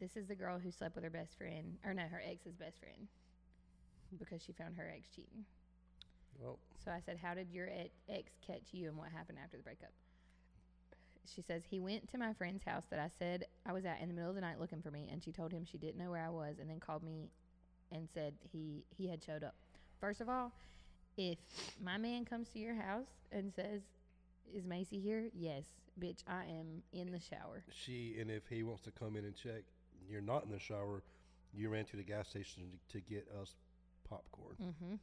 Speaker 1: this is the girl who slept with her best friend, or no, her ex's best friend, because she found her ex cheating.
Speaker 2: Well,
Speaker 1: So I said, How did your e- ex catch you and what happened after the breakup? She says, He went to my friend's house that I said I was at in the middle of the night looking for me, and she told him she didn't know where I was and then called me and said he, he had showed up. First of all, if my man comes to your house and says, Is Macy here? Yes, bitch, I am in the shower.
Speaker 2: she and if he wants to come in and check, you're not in the shower. You ran to the gas station to, to get us popcorn.
Speaker 1: Mm hmm.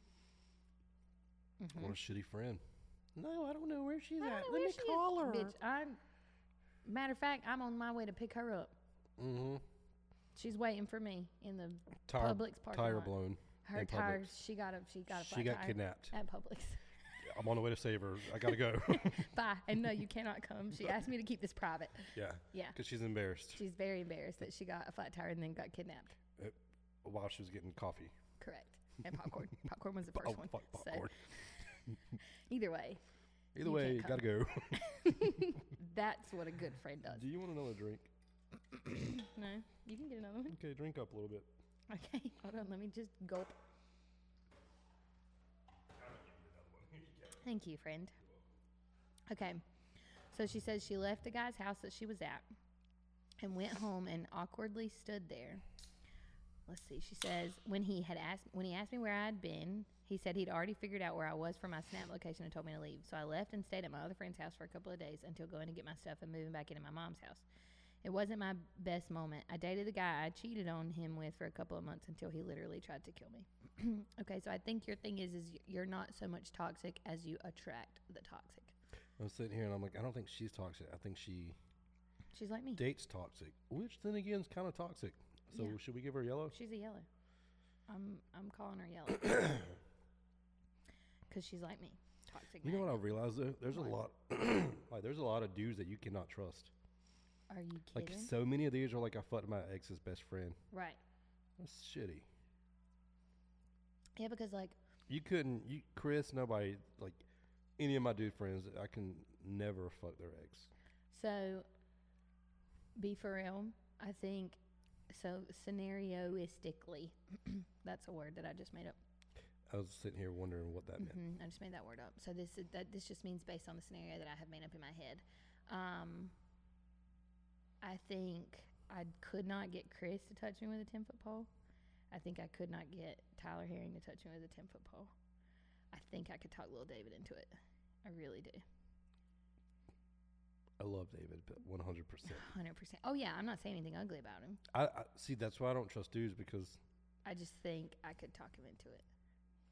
Speaker 2: What a shitty friend. No, I don't know where she's
Speaker 1: Mm-hmm. I don't
Speaker 2: at.
Speaker 1: know
Speaker 2: Let
Speaker 1: where
Speaker 2: me
Speaker 1: she is.
Speaker 2: call her.
Speaker 1: Bitch, I'm, matter of fact, I'm on my way to pick her up.
Speaker 2: Mm-hmm.
Speaker 1: She's waiting for me in the
Speaker 2: Tire,
Speaker 1: Publix parking
Speaker 2: Oh, tire
Speaker 1: lot.
Speaker 2: blown.
Speaker 1: Her
Speaker 2: in Publix.
Speaker 1: tires. She got a she got a
Speaker 2: She
Speaker 1: flat
Speaker 2: got
Speaker 1: tire
Speaker 2: kidnapped.
Speaker 1: at Publix. [laughs]
Speaker 2: I'm on the way to save her. I gotta go.
Speaker 1: Bye. And no, you cannot come. She asked me to keep this private.
Speaker 2: yeah,
Speaker 1: Yeah,
Speaker 2: because she's embarrassed
Speaker 1: she's very embarrassed that she got a flat tire and then got kidnapped.
Speaker 2: while she was getting coffee.
Speaker 1: Correct. And popcorn.
Speaker 2: [laughs]
Speaker 1: popcorn was the
Speaker 2: Oh
Speaker 1: first one.
Speaker 2: fuck,
Speaker 1: So
Speaker 2: popcorn.
Speaker 1: either way,
Speaker 2: Either
Speaker 1: you
Speaker 2: way,
Speaker 1: can't
Speaker 2: gotta go.
Speaker 1: that's what a good friend does.
Speaker 2: [laughs] Do you want another drink?
Speaker 1: No, you can get another one.
Speaker 2: Okay, drink up a little bit.
Speaker 1: Okay, [laughs] hold on. Let me just gulp. Thank you, friend. Okay, so she says she left the guy's house that she was at and went home and awkwardly stood there. Let's see. She says when he had asked when he asked me where I had been, he said he'd already figured out where I was from my snap location and told me to leave. So I left and stayed at my other friend's house for a couple of days until going to get my stuff and moving back into my mom's house. It wasn't my best moment. I dated the guy I cheated on him with for a couple of months until he literally tried to kill me. [clears throat] okay, so I think your thing is is y- you're not so much toxic as you attract the toxic.
Speaker 2: I'm sitting here and I'm like, I don't think she's toxic. I
Speaker 1: [laughs]
Speaker 2: think she
Speaker 1: She's like me.
Speaker 2: dates toxic, which then again is kind of toxic. So
Speaker 1: Yeah.
Speaker 2: should we give her yellow?
Speaker 1: She's a yellow.
Speaker 2: [coughs]
Speaker 1: I'm I'm calling her yellow. Cuz she's like me. toxic.
Speaker 2: You know what I
Speaker 1: magnet.
Speaker 2: realized though? There's a lot, like there's a lot [clears throat] of dudes that you cannot trust.
Speaker 1: Are you
Speaker 2: Like
Speaker 1: kidding?
Speaker 2: so many of these are like I fucked my ex's best friend.
Speaker 1: right.
Speaker 2: That's shitty.
Speaker 1: Yeah, because like
Speaker 2: You couldn't, you Chris, nobody like any of my dude friends. I can never fuck their ex.
Speaker 1: so. Be for real. I think so. Scenarioistically, [clears throat] that's a word that I just made up.
Speaker 2: I was sitting here wondering what that meant.
Speaker 1: Mhm, I just made that word up. So this is, that this just means based on the scenario that I have made up in my head. Um, I think I could not get Chris to touch me with a ten foot pole. I think I could not get Tyler Herring to touch me with a ten foot pole. I think I could talk little David into it. I really do.
Speaker 2: I love David, but 100. percent
Speaker 1: Hundred percent. Oh yeah, I'm not saying anything ugly about him.
Speaker 2: I, I see. That's why I don't trust dudes because
Speaker 1: I just think I could talk him into it.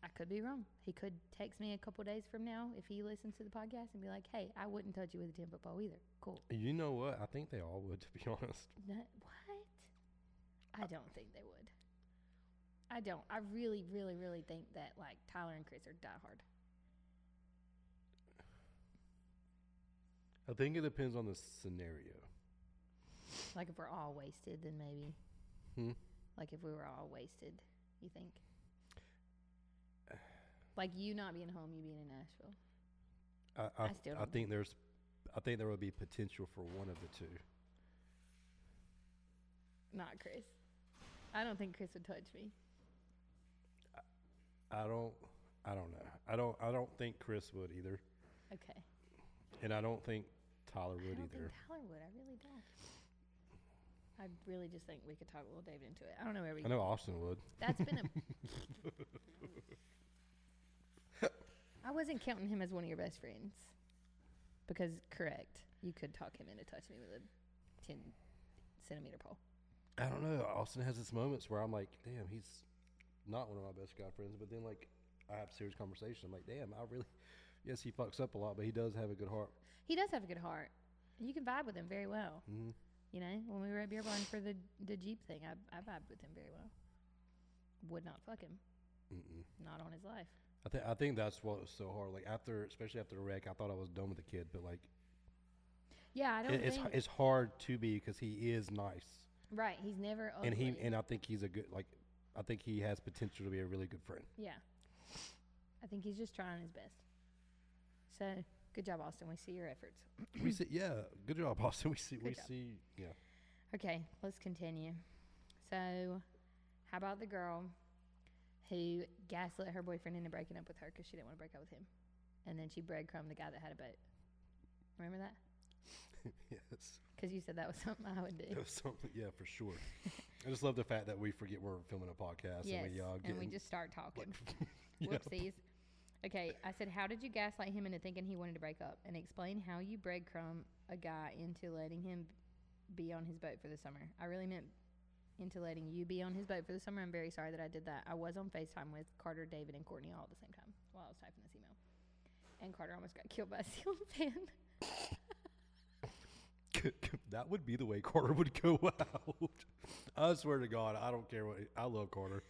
Speaker 1: I could be wrong. He could text me a couple days from now if he listens to the podcast and be like, "Hey, I wouldn't touch you with a ten foot pole either." Cool.
Speaker 2: you know what? I think they all would, [laughs] to be honest.
Speaker 1: Not, what? I don't think they would. I don't. I really, really, really think that like Tyler and Chris are diehard.
Speaker 2: I think it depends on the scenario.
Speaker 1: Like if we're all wasted, then maybe.
Speaker 2: Hmm.
Speaker 1: Like if we were all wasted, you think? Like you not being home, you being in Nashville.
Speaker 2: I, I,
Speaker 1: I still
Speaker 2: I
Speaker 1: don't-
Speaker 2: think there's, I think there would be potential for one of the two.
Speaker 1: Not Chris. I don't think Chris would touch me.
Speaker 2: I don't, I don't know. I don't, I don't think Chris would either,
Speaker 1: Okay.
Speaker 2: and I don't think Tyler would
Speaker 1: I don't
Speaker 2: either.
Speaker 1: think Tyler would. I really don't. I really just think we could talk little David into it. I don't know where we
Speaker 2: I know Austin would.
Speaker 1: That's
Speaker 2: [laughs]
Speaker 1: been a. I wasn't counting him as one of your best friends, because correct, you could talk him into touching me with a ten centimeter pole.
Speaker 2: I don't know. Austin has its moments where I'm like, damn, he's not one of my best guy friends. But then like, I have serious conversation. I'm like, damn, I really, [laughs] yes, he fucks up a lot, but he does have a good heart.
Speaker 1: He does have a good heart. and You can vibe with him very well.
Speaker 2: Mhm.
Speaker 1: You know, when we were at Beer Barn for the the Jeep thing, I, I vibed with him very well. Would not fuck him.
Speaker 2: Mm-mm.
Speaker 1: Not on his life.
Speaker 2: I think I think that's what was so hard. Like after, especially after the wreck, I thought I was done with the kid, but like,
Speaker 1: Yeah, I don't
Speaker 2: it, it's
Speaker 1: think.
Speaker 2: it's hard to be because he is nice.
Speaker 1: right, he's never. Ugly.
Speaker 2: and he and I think he's a good like I think he has potential to be a really good friend.
Speaker 1: Yeah. I think he's just trying his best. So good job, Austin. We see your efforts.
Speaker 2: we see, yeah, good job, Austin. We see, we
Speaker 1: Good job.
Speaker 2: see, yeah. [laughs]
Speaker 1: Okay, let's continue. So, how about the girl who gaslit her boyfriend into breaking up with her because she didn't want to break up with him? And then she breadcrumbed the guy that had a boat. Remember that?
Speaker 2: yes,
Speaker 1: Because you said that was [laughs] something I would
Speaker 2: that
Speaker 1: do.
Speaker 2: was something. Yeah, for sure. I just love the fact that we forget we're filming a podcast
Speaker 1: Yes.
Speaker 2: and we uh, get
Speaker 1: and we just start talking.
Speaker 2: [laughs]
Speaker 1: [laughs]
Speaker 2: yeah,
Speaker 1: Whoopsies. Okay, I said, how did you gaslight him into thinking he wanted to break up? And explain how you breadcrumb a guy into letting him be on his boat for the summer. I really meant into letting you be on his boat for the summer. I'm very sorry that I did that. I was on FaceTime with Carter, David, and Courtney all at the same time while I was typing this email. And Carter almost got killed by a ceiling [laughs] fan.
Speaker 2: that would be the way Carter would go [laughs] out. I swear to God, I don't care what I love Carter.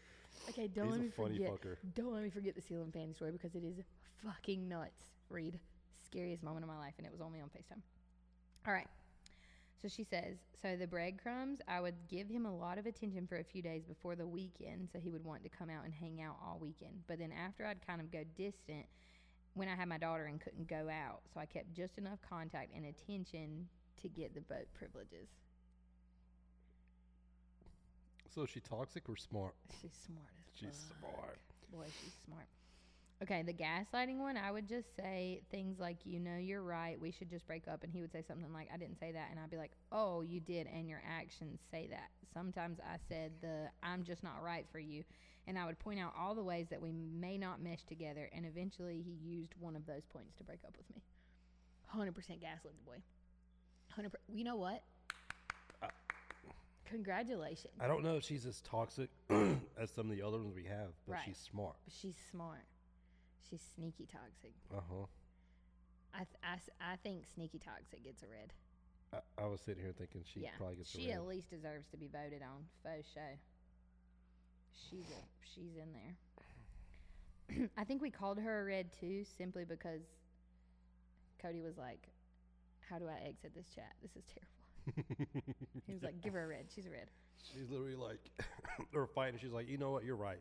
Speaker 1: okay, don't
Speaker 2: He's
Speaker 1: let
Speaker 2: a
Speaker 1: me
Speaker 2: funny
Speaker 1: forget.
Speaker 2: fucker.
Speaker 1: Don't let me forget the ceiling fan story because it is fucking nuts. Read. Scariest moment of my life, and it was only on FaceTime. All right. So she says, so the breadcrumbs, I would give him a lot of attention for a few days before the weekend, so he would want to come out and hang out all weekend. But then after I'd kind of go distant when I had my daughter and couldn't go out, so I kept just enough contact and attention to get the boat privileges.
Speaker 2: So is she toxic or smart?
Speaker 1: She's smart as
Speaker 2: She's smart.
Speaker 1: Boy, she's smart. Okay, the gaslighting one, I would just say things like, you know, you're right. We should just break up. And he would say something like, I didn't say that. And I'd be like, oh, you did. And your actions say that. Sometimes I said the, I'm just not right for you. And I would point out all the ways that we may not mesh together. And eventually he used one of those points to break up with me. 100% gaslit the boy. 100%. You know what?
Speaker 2: Uh.
Speaker 1: Congratulations.
Speaker 2: I don't know if she's as toxic [clears throat] as some of the other ones we have, but
Speaker 1: Right.
Speaker 2: she's smart.
Speaker 1: She's smart. She's sneaky toxic.
Speaker 2: Uh huh.
Speaker 1: I, th- I, s- I think sneaky toxic gets a red.
Speaker 2: I, I was sitting here thinking she
Speaker 1: yeah,
Speaker 2: probably gets a
Speaker 1: she
Speaker 2: red.
Speaker 1: at
Speaker 2: [laughs]
Speaker 1: least deserves to be voted on faux show. She's a, she's in there. [clears throat] I think we called her a red too, simply because Cody was like, "How do I exit this chat? This is terrible." [laughs] he was like, "Give her a red. She's a red."
Speaker 2: She's literally like, [laughs] they're fighting. She's like, you know what? You're right.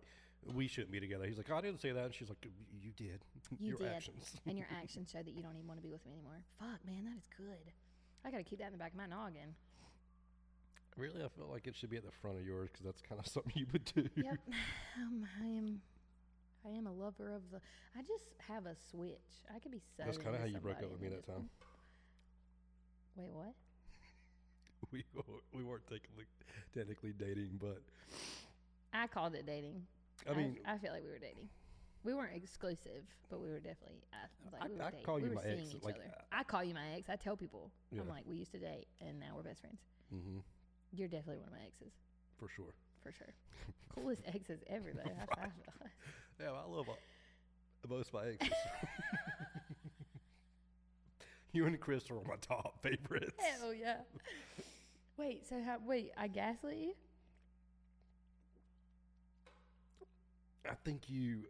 Speaker 2: We shouldn't be together. He's like, I didn't say that. And she's like, "Y- you did.
Speaker 1: You
Speaker 2: Your
Speaker 1: did.
Speaker 2: actions. [laughs]
Speaker 1: and your actions show that you don't even want to be with me anymore. Fuck, man, that is good. I gotta keep that in the back of my noggin.
Speaker 2: Really, I feel like it should be at the front of yours because that's kind of [laughs] something you would do.
Speaker 1: yep. [laughs] Um, I am. I am a lover of the. I just have a switch. I could be so.
Speaker 2: that's kind
Speaker 1: into
Speaker 2: of how you broke
Speaker 1: somebody
Speaker 2: up
Speaker 1: and
Speaker 2: with me
Speaker 1: then
Speaker 2: that
Speaker 1: just-
Speaker 2: time.
Speaker 1: [laughs] Wait, what?
Speaker 2: [laughs] We were- we weren't technically, technically dating, but
Speaker 1: I called it dating.
Speaker 2: I mean,
Speaker 1: I, feel like we were dating. We weren't exclusive, but we were definitely. I, like,
Speaker 2: I-
Speaker 1: we were
Speaker 2: I
Speaker 1: dating.
Speaker 2: call
Speaker 1: we
Speaker 2: you
Speaker 1: were
Speaker 2: my
Speaker 1: seeing
Speaker 2: ex,
Speaker 1: Each
Speaker 2: like,
Speaker 1: other.
Speaker 2: uh,
Speaker 1: I call you my ex. I tell people.
Speaker 2: Yeah.
Speaker 1: I'm like, we used to date, and now we're best friends.
Speaker 2: mhm,
Speaker 1: You're definitely one of my exes,
Speaker 2: for sure.
Speaker 1: for
Speaker 2: [laughs]
Speaker 1: sure. Coolest exes ever, though. High five to us.
Speaker 2: Yeah, I love uh, most of my exes. [laughs] you and Chris are my top favorites.
Speaker 1: [laughs] Hell yeah.
Speaker 2: [laughs]
Speaker 1: wait, so how, wait, I gaslit you?
Speaker 2: I think you.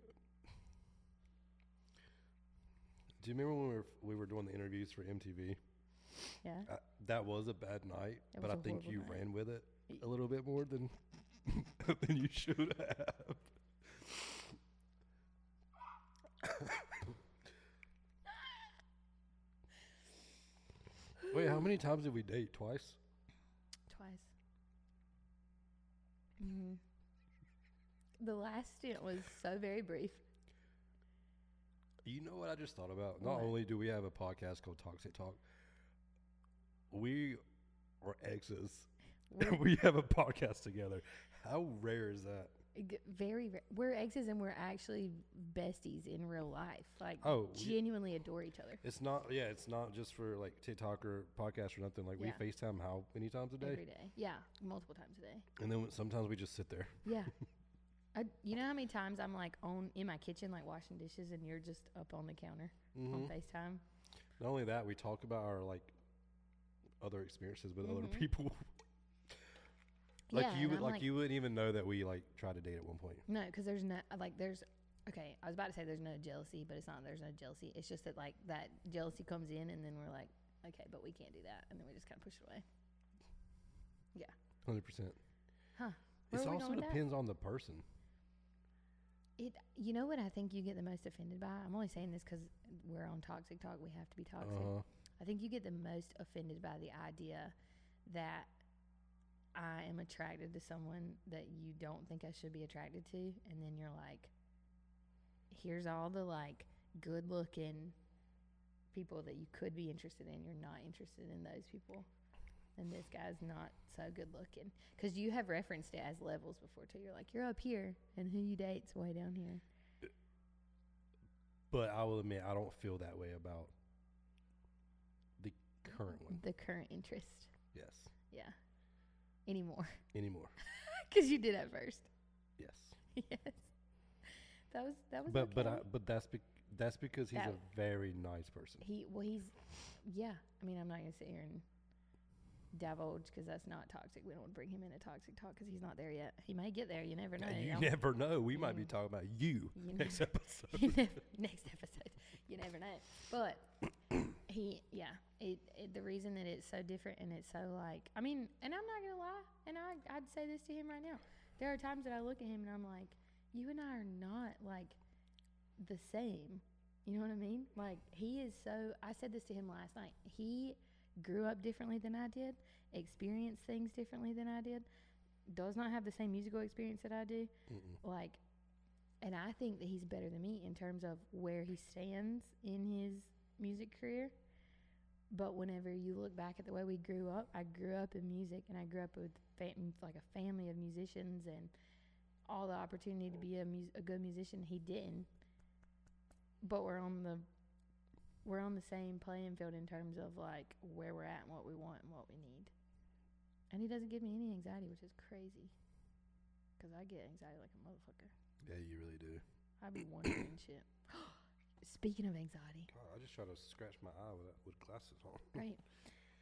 Speaker 2: Do you remember when we were, we were doing the interviews for MTV?
Speaker 1: Yeah.
Speaker 2: I, that was a bad night,
Speaker 1: It
Speaker 2: but
Speaker 1: was
Speaker 2: I
Speaker 1: a
Speaker 2: think
Speaker 1: horrible
Speaker 2: you
Speaker 1: night.
Speaker 2: ran with it
Speaker 1: Y-
Speaker 2: a little bit more than [laughs] than you should have. Wait, how many times did we date? Twice.
Speaker 1: Twice.
Speaker 2: Mm-hmm.
Speaker 1: hmm The last stint was so very
Speaker 2: [laughs]
Speaker 1: brief.
Speaker 2: You know what I just thought about? Not
Speaker 1: What?
Speaker 2: only do we have a podcast called Toxic Talk, we are exes.
Speaker 1: We're
Speaker 2: [laughs] we have a podcast together. How rare is that?
Speaker 1: g- very, ra- we're exes and we're actually besties in real life. Like,
Speaker 2: Oh, we-
Speaker 1: genuinely adore each other
Speaker 2: It's not. Yeah, it's not just for like TikTok or podcast or nothing. Like
Speaker 1: Yeah.
Speaker 2: we FaceTime how many times a day,
Speaker 1: every day. Yeah, multiple times a day.
Speaker 2: and then sometimes we just sit there. [laughs]
Speaker 1: Yeah. I, you know how many times I'm like on in my kitchen, like washing dishes, and you're just up on the counter on FaceTime?
Speaker 2: Mm-hmm. Not only that, we talk about our like other experiences with other
Speaker 1: Mhm.
Speaker 2: people. [laughs] like
Speaker 1: yeah,
Speaker 2: you
Speaker 1: and
Speaker 2: would,
Speaker 1: I'm
Speaker 2: like, you wouldn't even know that we like tried to date at one point.
Speaker 1: No, because there's no like there's okay. I was about to say there's no jealousy, but it's not. There's no jealousy. It's just that like that jealousy comes in, and then we're like, okay, but we can't do that, and then we just kind of push it away.
Speaker 2: Hundred percent.
Speaker 1: Huh. Where
Speaker 2: It
Speaker 1: were we
Speaker 2: also
Speaker 1: going with that?
Speaker 2: depends on the person.
Speaker 1: It. You know what I think you get the most offended by? I'm only saying this because we're on toxic talk. We have to be
Speaker 2: Uh
Speaker 1: toxic. I think you get the most offended by the idea that I am attracted to someone that you don't think I should be attracted to. And then you're like, here's all the like good looking people that you could be interested in. You're not interested in those people. And this guy's not so good looking. Because you have referenced it as levels before, too. You're like, you're up here, and who you date's way down here.
Speaker 2: But I will admit, I don't feel that way about the current one.
Speaker 1: The current interest. Mm-hmm.
Speaker 2: Yes,
Speaker 1: Yeah. Anymore. [laughs]
Speaker 2: anymore.
Speaker 1: Because you did at first.
Speaker 2: Yes,
Speaker 1: [laughs] yes. That was that was.
Speaker 2: but but I,
Speaker 1: okay.
Speaker 2: but that's bec that's because he's
Speaker 1: That-
Speaker 2: a very nice person.
Speaker 1: he well he's yeah. I mean, I'm not gonna sit here and divulge because that's not toxic. We don't want to bring him into toxic talk because he's not there yet. He may get there. You never know.
Speaker 2: And you
Speaker 1: I'm-
Speaker 2: never know. We might be talking about
Speaker 1: [laughs]
Speaker 2: you
Speaker 1: You
Speaker 2: next episode.
Speaker 1: you never, [laughs] next episode. You never know. But he, yeah, it, it, the reason that it's so different and it's so like, I mean, and I'm not gonna lie, and I, I'd say this to him right now. There are times that I look at him and I'm like, you and I are not like the same. You know what I mean? Like he is so. I said this to him last night. He grew up differently than I did, experienced things differently than I did, does not have the same musical experience that I do
Speaker 2: Mm-mm.
Speaker 1: like and i think that he's better than me in terms of where he stands in his music career but whenever you look back at the way we grew up i grew up in music and i grew up with fam- like a family of musicians and all the opportunity to be a, mus- a good musician he didn't but we're on the we're on the same playing field in terms of like where we're at and what we want and what we need and he doesn't give me any anxiety which is crazy because i get anxiety like a motherfucker
Speaker 2: Yeah, you really do.
Speaker 1: I'd be wondering and shit. [gasps] Speaking of anxiety,
Speaker 2: God, I just try to scratch my eye with, with glasses on.
Speaker 1: right?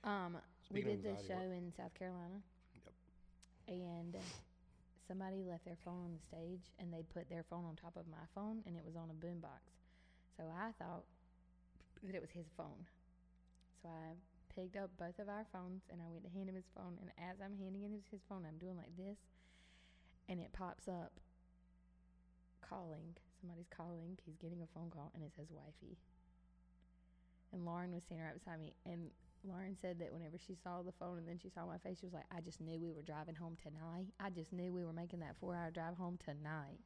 Speaker 1: Um,
Speaker 2: Speaking
Speaker 1: we
Speaker 2: of
Speaker 1: did the
Speaker 2: anxiety,
Speaker 1: show
Speaker 2: what-
Speaker 1: in South Carolina.
Speaker 2: Yep.
Speaker 1: And uh, somebody left their phone on the stage and they put their phone on top of my phone and it was on a boombox. So I thought that it was his phone. So I picked up both of our phones and I went to hand him his phone. And as I'm handing him his phone, I'm doing like this and it pops up calling. Somebody's calling. He's getting a phone call and it says wifey. And Lauren was standing right beside me. And Lauren said that whenever she saw the phone and then she saw my face, she was like, I just knew we were driving home tonight. I just knew we were making that four hour drive home tonight.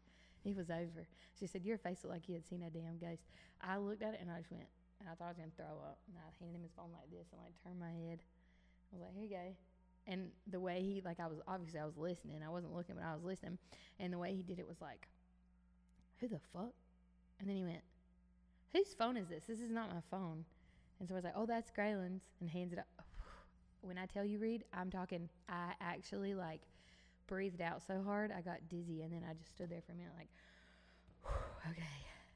Speaker 1: It was over. She said, Your face looked like you had seen a damn ghost. I looked at it and I just went, and I thought I was going to throw up. And I handed him his phone like this and like turned my head. I was like, Here you go. And the way he, like, I was obviously I was listening. I wasn't looking, but I was listening. And the way he did it was like, Who the fuck? And then he went, Whose phone is this? This is not my phone. And so I was like, oh, that's Grayland's, and hands it up. When I tell you, Reed, I'm talking, I actually like breathed out so hard, I got dizzy. And then I just stood there for a minute, like, [sighs] okay.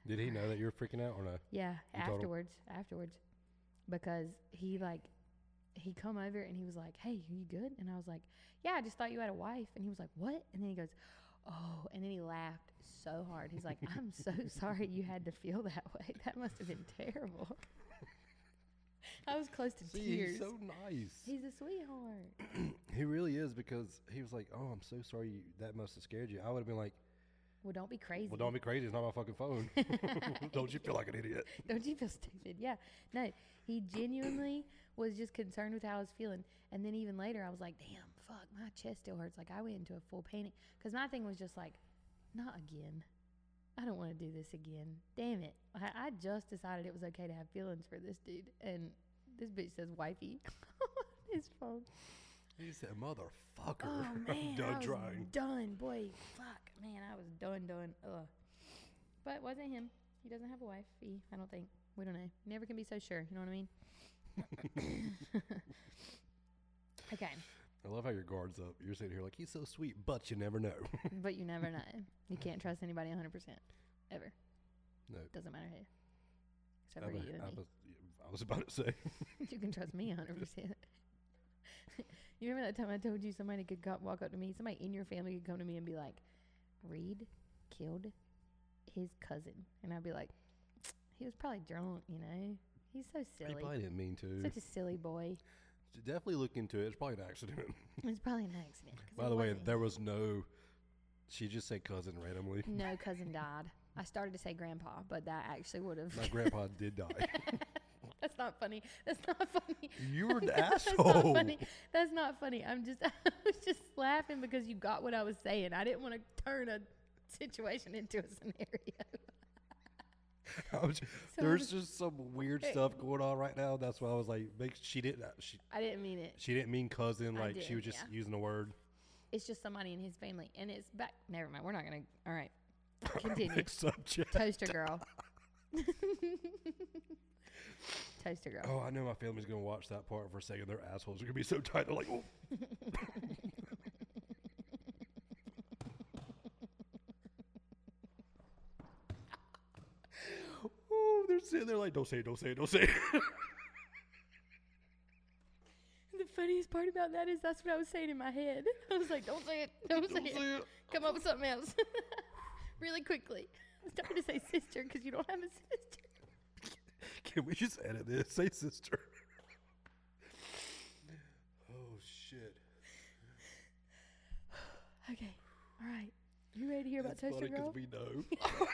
Speaker 2: Did he know that you were freaking out or
Speaker 1: [laughs]
Speaker 2: no?
Speaker 1: Yeah,
Speaker 2: You told him?
Speaker 1: afterwards, afterwards, because he like he come over and he was like, "Hey, are you good?" And I was like, "Yeah, I just thought you had a wife." And he was like, "What?" And then he goes, "Oh," and then he laughed so hard. He's like, "I'm
Speaker 2: [laughs]
Speaker 1: so sorry you had to feel that way. That must have been
Speaker 2: [laughs]
Speaker 1: terrible." I was close to
Speaker 2: See,
Speaker 1: tears.
Speaker 2: he's so nice.
Speaker 1: He's a sweetheart.
Speaker 2: He really is because he was like, "Oh, I'm so sorry. You, that must have scared you." I would have been like,
Speaker 1: Well, don't be crazy.
Speaker 2: "Well, don't be crazy. It's not my fucking phone.
Speaker 1: [laughs]
Speaker 2: [laughs] don't you feel like an idiot?"
Speaker 1: Don't you feel stupid? Yeah. No, he genuinely was just concerned with how I was feeling. And then even later, I was like, damn, fuck, my chest still hurts. Like, I went into a full panic. Because my thing was just like, not again. I don't want to do this again. Damn it. I, I just decided it was okay to have feelings for this dude. And this bitch says wifey [laughs] on his phone.
Speaker 2: He said, "Motherfucker,
Speaker 1: Oh, man.
Speaker 2: [laughs] I'm done
Speaker 1: I was
Speaker 2: trying."
Speaker 1: Done, boy. Fuck, man. I was done, done. Ugh. But it wasn't him. He doesn't have a wife. He, I don't think. We don't know. Never can be so sure. You know what I mean?
Speaker 2: [laughs]
Speaker 1: okay.
Speaker 2: I love how your guard's up. You're sitting here like he's so sweet, but you never know. [laughs]
Speaker 1: But you never know. You can't trust anybody 100%. Ever.
Speaker 2: no,
Speaker 1: Doesn't matter who. Except
Speaker 2: I,
Speaker 1: for
Speaker 2: was-
Speaker 1: you and
Speaker 2: I
Speaker 1: me.
Speaker 2: was, I was about to say,
Speaker 1: [laughs]
Speaker 2: [laughs]
Speaker 1: you can trust me 100%. [laughs] you remember that time I told you somebody could go, walk up to me, somebody in your family could come to me and be like, Reed killed his cousin. And I'd be like, he was probably drunk, you know? He's so
Speaker 2: he
Speaker 1: silly.
Speaker 2: probably didn't mean to.
Speaker 1: Such a silly boy. [laughs]
Speaker 2: Definitely look into it. It's probably an accident.
Speaker 1: It's probably an accident. 'cause
Speaker 2: By
Speaker 1: it
Speaker 2: the way,
Speaker 1: wasn't-
Speaker 2: there was no. She just said cousin randomly.
Speaker 1: no cousin died. I started to say grandpa, but that actually would have.
Speaker 2: My grandpa did die.
Speaker 1: [laughs]
Speaker 2: [laughs]
Speaker 1: That's not funny. That's not [laughs] funny.
Speaker 2: You were
Speaker 1: [laughs]
Speaker 2: an
Speaker 1: That's
Speaker 2: asshole.
Speaker 1: not funny. That's not funny. I'm just [laughs] I was just laughing because you got what I was saying. I didn't want to turn a situation into a scenario.
Speaker 2: [laughs]
Speaker 1: [laughs]
Speaker 2: I'm j-
Speaker 1: So
Speaker 2: There's just some weird stuff going on right now. That's why I was like, make, she didn't. She
Speaker 1: I didn't mean it.
Speaker 2: she didn't mean cousin.
Speaker 1: I
Speaker 2: Like she
Speaker 1: did,
Speaker 2: was just
Speaker 1: yeah.
Speaker 2: using a word.
Speaker 1: It's just somebody in his family and it's back never mind. We're not gonna all right.
Speaker 2: [laughs]
Speaker 1: Continue.
Speaker 2: Big subject.
Speaker 1: Toaster girl. [laughs] Toaster girl.
Speaker 2: Oh, I know my family's gonna watch that part for a second. Their assholes are gonna be so tight. They're like, oh. [laughs] Oh, they're sitting there like, don't say it, don't say it, don't say it.
Speaker 1: The funniest part about that is that's what I was saying in my head. [laughs] I was like, Don't say it, don't,
Speaker 2: Don't
Speaker 1: say it.
Speaker 2: say it.
Speaker 1: Come up with something else. [laughs] really quickly. I started to say sister because you don't have a sister.
Speaker 2: Can we just edit this? Say sister. [laughs] oh shit.
Speaker 1: Okay. All right. You ready to hear about
Speaker 2: It's funny
Speaker 1: Toaster Girl?
Speaker 2: we know.
Speaker 1: [laughs]
Speaker 2: [laughs]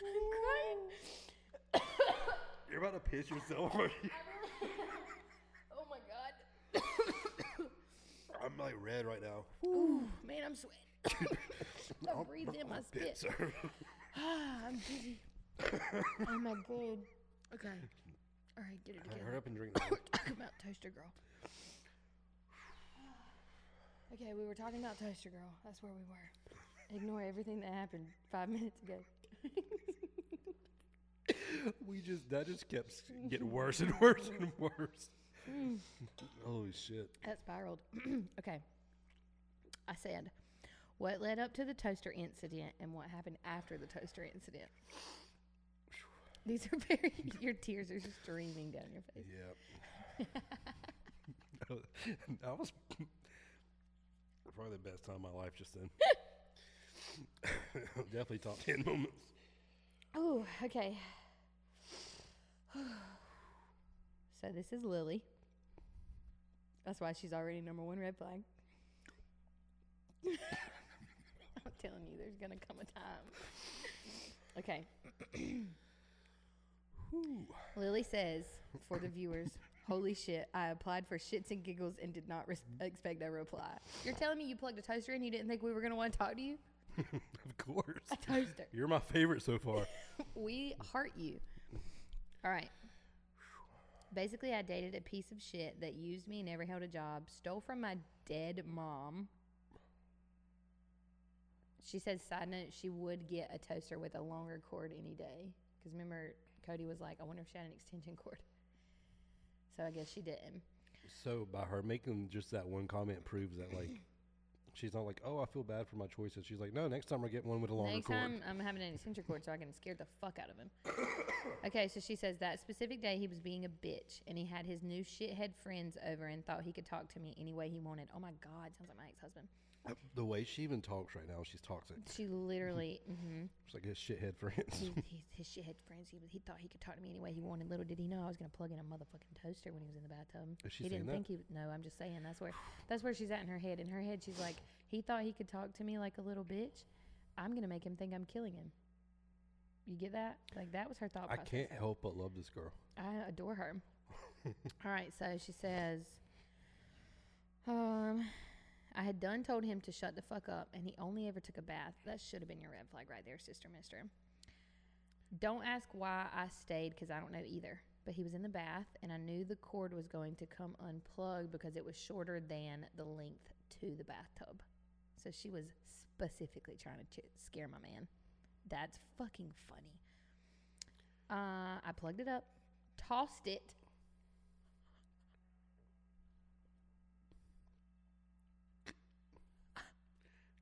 Speaker 1: I'm crying.
Speaker 2: You're about to piss yourself. [laughs] aren't you?
Speaker 1: Oh my god.
Speaker 2: I'm like red right now.
Speaker 1: Man, I'm sweating.
Speaker 2: [laughs]
Speaker 1: I breathed in my spit.
Speaker 2: Sir.
Speaker 1: Ah, I'm
Speaker 2: [laughs]
Speaker 1: dizzy. oh my god. Okay. All right,
Speaker 2: [laughs]
Speaker 1: get it together.
Speaker 2: Hurry up and drink. [laughs] that.
Speaker 1: Talk about Toaster Girl. Okay, we were talking about Toaster Girl. That's where we were. Ignore everything that happened five minutes ago. [laughs]
Speaker 2: we just that just kept s- getting worse and worse and worse.
Speaker 1: Mm.
Speaker 2: Holy shit.
Speaker 1: That spiraled. [clears throat] okay. I said, what led up to the toaster incident and what happened after the toaster incident? These are very, [laughs] your tears are streaming down your face.
Speaker 2: Yeah.
Speaker 1: [laughs]
Speaker 2: that was probably the best time of my life just then. [laughs] Definitely top 10 moments.
Speaker 1: Oh, okay. so this is Lily. That's why she's already number one red flag. [laughs] I'm telling you, there's gonna come a time. Okay. Lily says for the viewers, "Holy shit! I applied for shits and giggles and did not res- expect a reply." You're telling me you plugged a toaster in? You didn't think we were gonna want to talk to you?
Speaker 2: of course.
Speaker 1: A toaster.
Speaker 2: You're my favorite so far.
Speaker 1: we heart you. All right. Basically, I dated a piece of shit that used me, never held a job, stole from my dead mom. She said, side note, she would get a toaster with a longer cord any day. Because remember, Cody was like, I wonder if she had an extension cord. So I guess she didn't.
Speaker 2: So by her making just that one comment proves that like she's not like, oh, I feel bad for my choices. She's like, no, next time I get one with a longer
Speaker 1: Next
Speaker 2: cord.
Speaker 1: time I'm having an extension cord so I can scare the fuck out of him. [coughs] okay, so she says that specific day he was being a bitch and he had his new shithead friends over and thought he could talk to me any way he wanted. Oh my god, sounds like my ex husband.
Speaker 2: The way she even talks right now, she's toxic.
Speaker 1: She literally, mm-hmm,
Speaker 2: She's like a shithead friends.
Speaker 1: he, he, his shithead friends. He was, he thought he could talk to me any way he wanted. Little did he know I was gonna plug in a motherfucking toaster when he was in the bathtub.
Speaker 2: Is she
Speaker 1: he didn't
Speaker 2: saying
Speaker 1: think he. was- No, I'm just saying that's where that's where she's at in her head. In her head, she's like, he thought he could talk to me like a little bitch. I'm gonna make him think I'm killing him. You get that? Like that was her thought
Speaker 2: I
Speaker 1: process.
Speaker 2: can't help but love this girl.
Speaker 1: I adore her. All right, so she says, um, I had done told him to shut the fuck up, and he only ever took a bath. That should have been your red flag right there, sister, mister. Don't ask why I stayed because I don't know either. But he was in the bath, and I knew the cord was going to come unplugged because it was shorter than the length to the bathtub. So she was specifically trying to ch- scare my man. That's fucking funny. Uh, I plugged it up, tossed it,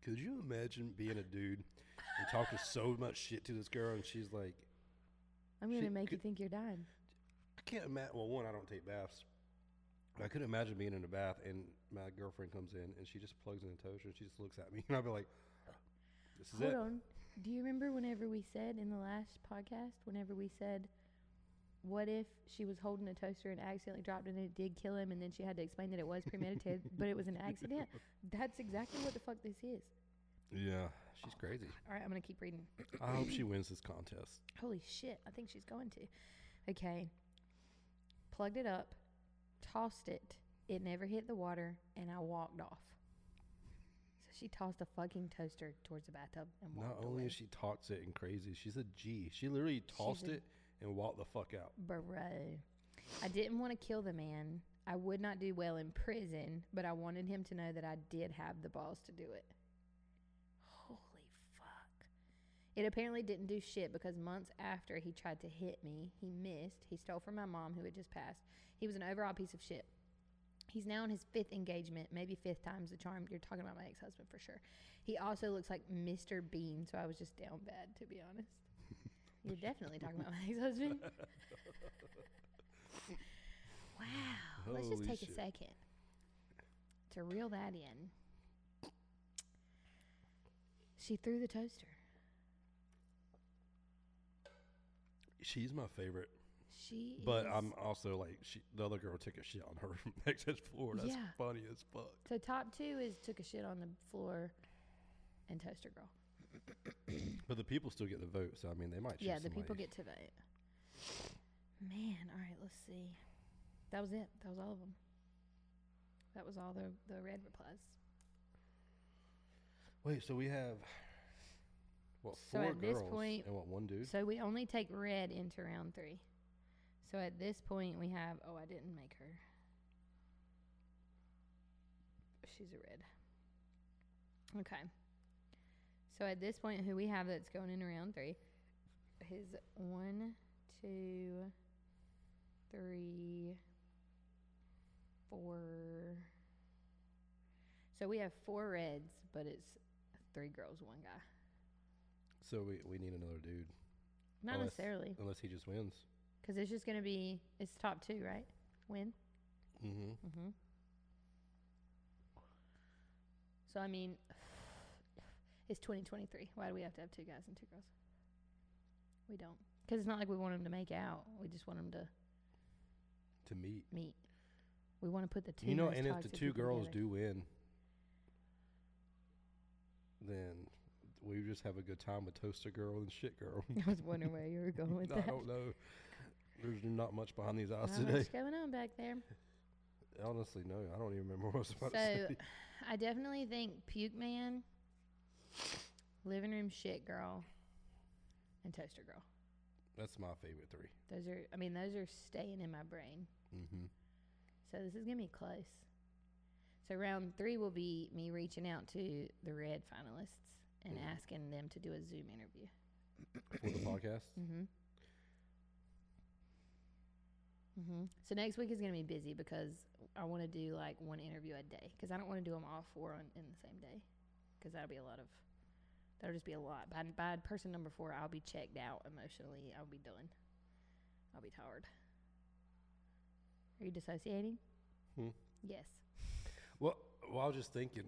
Speaker 2: Could you imagine being a dude and talking so much shit to this girl and she's like,
Speaker 1: I'm
Speaker 2: She
Speaker 1: gonna make you
Speaker 2: could-
Speaker 1: think you're dying.
Speaker 2: I can't imagine. Well, one, I don't take baths. But I could imagine being in a bath and my girlfriend comes in and she just plugs in a toaster and she just looks at me [laughs] and I'd be like, this is
Speaker 1: Hold
Speaker 2: it.
Speaker 1: on. Do you remember whenever we said in the last podcast, whenever we said, what if she was holding a toaster and accidentally dropped it and it did kill him, and then she had to explain that it was premeditated, but it was an accident? That's exactly what the fuck this is.
Speaker 2: Yeah, she's crazy.
Speaker 1: All right, I'm gonna keep reading.
Speaker 2: I hope she wins this contest.
Speaker 1: Holy shit, I think she's going to. Okay. Plugged it up, tossed it, it never hit the water, and I walked off. So she tossed a fucking toaster towards the bathtub and
Speaker 2: Not
Speaker 1: walked
Speaker 2: only
Speaker 1: away.
Speaker 2: is she toxic and crazy, she's a G. She literally tossed
Speaker 1: a-
Speaker 2: it and walked the fuck out.
Speaker 1: Bro. I didn't want to kill the man. I would not do well in prison, but I wanted him to know that I did have the balls to do it. Holy fuck. It apparently didn't do shit because months after he tried to hit me, he missed. He stole from my mom, who had just passed. He was an overall piece of shit. He's now in his fifth engagement, maybe fifth time's the charm. You're talking about my ex husband for sure. He also looks like Mr. Bean, so I was just down bad, to be honest. [laughs] You're definitely talking about my ex husband. [laughs] wow. Let's just
Speaker 2: Holy
Speaker 1: take a
Speaker 2: shit.
Speaker 1: second to reel that in. She threw the toaster.
Speaker 2: She's my favorite,
Speaker 1: She
Speaker 2: but
Speaker 1: is-
Speaker 2: I'm also like she, the other girl took a shit on her [laughs] next floor. That's
Speaker 1: Yeah.
Speaker 2: funny as fuck.
Speaker 1: So top two is took a shit on the floor and toaster girl.
Speaker 2: But the people still get the vote, so I mean they might. Choose
Speaker 1: yeah, the people
Speaker 2: somebody.
Speaker 1: get to vote. Man, all right, let's see. That was it. That was all of them. That was all the the red replies.
Speaker 2: Wait, so we have what
Speaker 1: So
Speaker 2: four
Speaker 1: at this
Speaker 2: girls
Speaker 1: point-
Speaker 2: and what one dude?
Speaker 1: So we only take red into round three. So at this point we have oh I didn't make her. She's a red. Okay. So at this point who we have that's going into round three is one, two, three, four. So we have four reds, but it's three girls, one guy.
Speaker 2: So we, we need another dude.
Speaker 1: Not
Speaker 2: Unless-
Speaker 1: necessarily. 'Cause necessarily,
Speaker 2: Unless he just wins.
Speaker 1: because it's just going to be it's top two, right? Win.
Speaker 2: Mm-hmm.
Speaker 1: Mm-hmm. So I mean, it's 2023. Why do we have to have two guys and two girls? We don't, because it's not like we want them to make out. We just want them to
Speaker 2: To meet.
Speaker 1: meet. We want to put the two.
Speaker 2: You know,
Speaker 1: most
Speaker 2: and if the
Speaker 1: toxic
Speaker 2: two
Speaker 1: people
Speaker 2: girls
Speaker 1: together.
Speaker 2: do win, then we just have a good time with Toaster Girl and Shit Girl.
Speaker 1: I was wondering where you were going [laughs]
Speaker 2: [laughs]
Speaker 1: with
Speaker 2: I
Speaker 1: that.
Speaker 2: don't know. There's not much behind these eyes
Speaker 1: Not
Speaker 2: today.
Speaker 1: much going on back there.
Speaker 2: [laughs] Honestly, no. I don't even remember what I was about to
Speaker 1: So,
Speaker 2: say.
Speaker 1: I definitely think Puke Man, Living Room Shit Girl, and Toaster Girl.
Speaker 2: That's my favorite three.
Speaker 1: Those are, I mean, those are staying in my brain.
Speaker 2: Mm-hmm.
Speaker 1: So this is gonna be close. So round three will be me reaching out to the red finalists and
Speaker 2: Mhm.
Speaker 1: asking them to do a Zoom interview.
Speaker 2: For the podcast.
Speaker 1: Mm-hmm. Mm-hmm. So next week is gonna be busy because I want to do like one interview a day because I don't want to do them all four on, in the same day because that'll be a lot of that'll just be a lot. By by person number four, I'll be checked out emotionally. I'll be done. I'll be tired. Are you dissociating?
Speaker 2: Hmm.
Speaker 1: Yes.
Speaker 2: Well, well, I was just thinking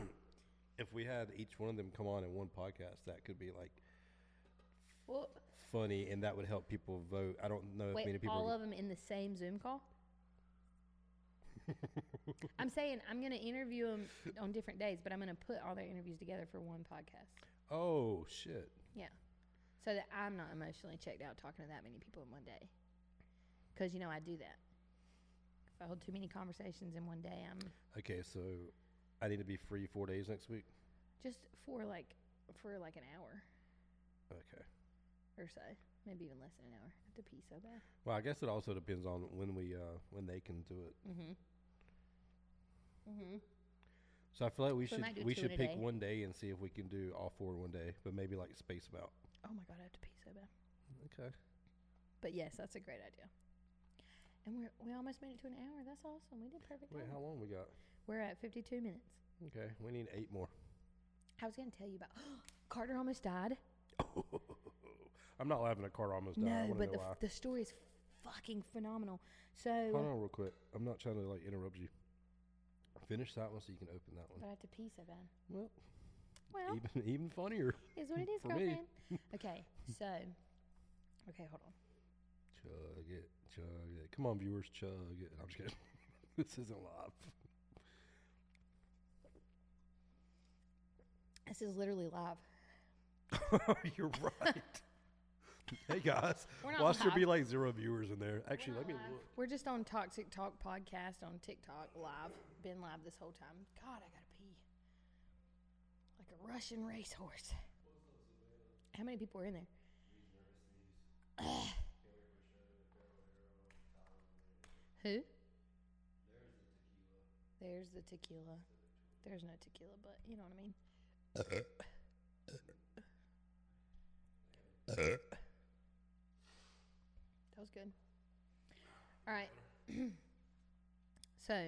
Speaker 2: [clears throat] if we had each one of them come on in one podcast, that could be like
Speaker 1: Well,
Speaker 2: funny and that would help people vote. I don't know if many
Speaker 1: wait,
Speaker 2: people.
Speaker 1: all of them in the same Zoom call? I'm saying I'm going to interview them on different days, but I'm going to put all their interviews together for one podcast.
Speaker 2: oh, shit.
Speaker 1: Yeah. So that I'm not emotionally checked out talking to that many people in one day. Because, you know, I do that. If I hold too many conversations in one day, I'm
Speaker 2: Okay, so I need to be free four days next week.
Speaker 1: just for like for like an hour
Speaker 2: Okay.
Speaker 1: or so, maybe even less than an hour. I have to pee so bad.
Speaker 2: Well, I guess it also depends on when we uh, when they can do it.
Speaker 1: Mm-hmm. Mm-hmm.
Speaker 2: So I feel like we
Speaker 1: So we might
Speaker 2: should
Speaker 1: do
Speaker 2: we
Speaker 1: two
Speaker 2: should
Speaker 1: in a
Speaker 2: pick
Speaker 1: day.
Speaker 2: one day and see if we can do all four in one day, but maybe like space them out.
Speaker 1: Oh my God, I have to pee so bad.
Speaker 2: Okay.
Speaker 1: But yes, that's a great idea. And we're, we almost made it to an hour. That's awesome. We did perfect.
Speaker 2: Wait,
Speaker 1: timing.
Speaker 2: how long we got?
Speaker 1: We're at 52 minutes.
Speaker 2: Okay, we need eight more. [laughs]
Speaker 1: I was going to tell you about [gasps] Carter almost died.
Speaker 2: I'm not laughing at Carter almost died. I
Speaker 1: no,
Speaker 2: wanna
Speaker 1: but
Speaker 2: know
Speaker 1: the,
Speaker 2: why.
Speaker 1: f- the story is fucking phenomenal. So,
Speaker 2: Hold on real quick. I'm not trying to like interrupt you. Finish that one so you can open that one.
Speaker 1: but I have to pee so bad.
Speaker 2: Well,
Speaker 1: Well,
Speaker 2: even even funnier.
Speaker 1: is what it is,
Speaker 2: for me.
Speaker 1: girlfriend. okay, so, okay, hold on.
Speaker 2: Chug it, chug it. Come on, viewers, chug it. I'm just kidding. [laughs] this isn't live. [laughs]
Speaker 1: This is literally live.
Speaker 2: Oh, You're right. [laughs] hey guys,
Speaker 1: We're not
Speaker 2: watch there be
Speaker 1: live.
Speaker 2: like zero viewers in there. Actually,
Speaker 1: not
Speaker 2: let me
Speaker 1: live.
Speaker 2: look.
Speaker 1: We're just on Toxic Talk podcast on TikTok live. Been live this whole time. God, I gotta pee. Like a Russian racehorse. How many people are in there? [clears throat] Who? There's the tequila. There's no tequila, but you know what I mean. That was good. All right. [clears throat] so,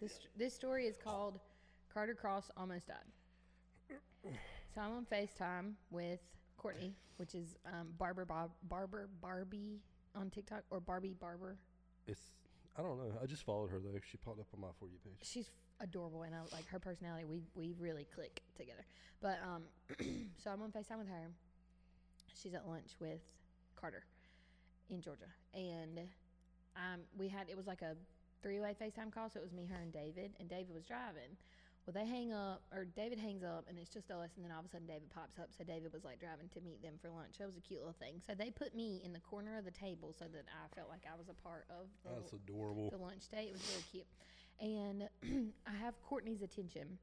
Speaker 1: this this story is called Carter Cross Almost Died. So I'm on FaceTime with Courtney, which is um, Barber Bob, Barber Barbie on TikTok or Barbie Barber.
Speaker 2: It's I don't know. I just followed her though. She popped up on my for you page.
Speaker 1: She's adorable, and I like her personality. We we really click together. But um, [clears throat] so I'm on Facetime with her. She's at lunch with Carter in Georgia, and um, we had it was like a three way Facetime call. So it was me, her, and David, and David was driving. Well, they hang up, or David hangs up, and it's just us. And then all of a sudden, David pops up. So David was like driving to meet them for lunch. That was a cute little thing. So they put me in the corner of the table so that I felt like I was a part of the
Speaker 2: That's adorable.
Speaker 1: the lunch date. It was really cute. And [clears throat] I have Courtney's attention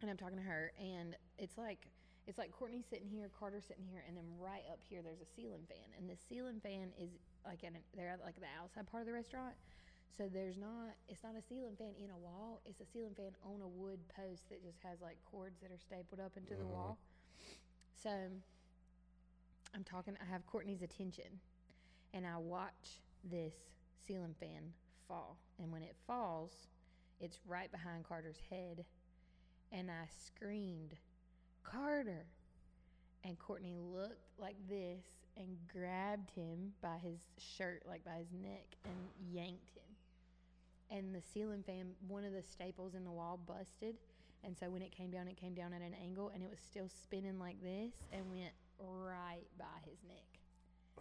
Speaker 1: and I'm talking to her and it's like it's like Courtney sitting here, Carter sitting here, and then right up here there's a ceiling fan. And the ceiling fan is like in they're at like the outside part of the restaurant. So there's not it's not a ceiling fan in a wall, it's a ceiling fan on a wood post that just has like cords that are stapled up into the
Speaker 2: Uh-huh.
Speaker 1: wall. So I'm talking I have Courtney's attention and I watch this ceiling fan fall. And when it falls, it's right behind Carter's head. And I screamed, Carter. And Courtney looked like this and grabbed him by his shirt, like by his neck, and yanked him. And the ceiling fan, one of the staples in the wall, busted. And so when it came down, it came down at an angle and it was still spinning like this and went right by his neck.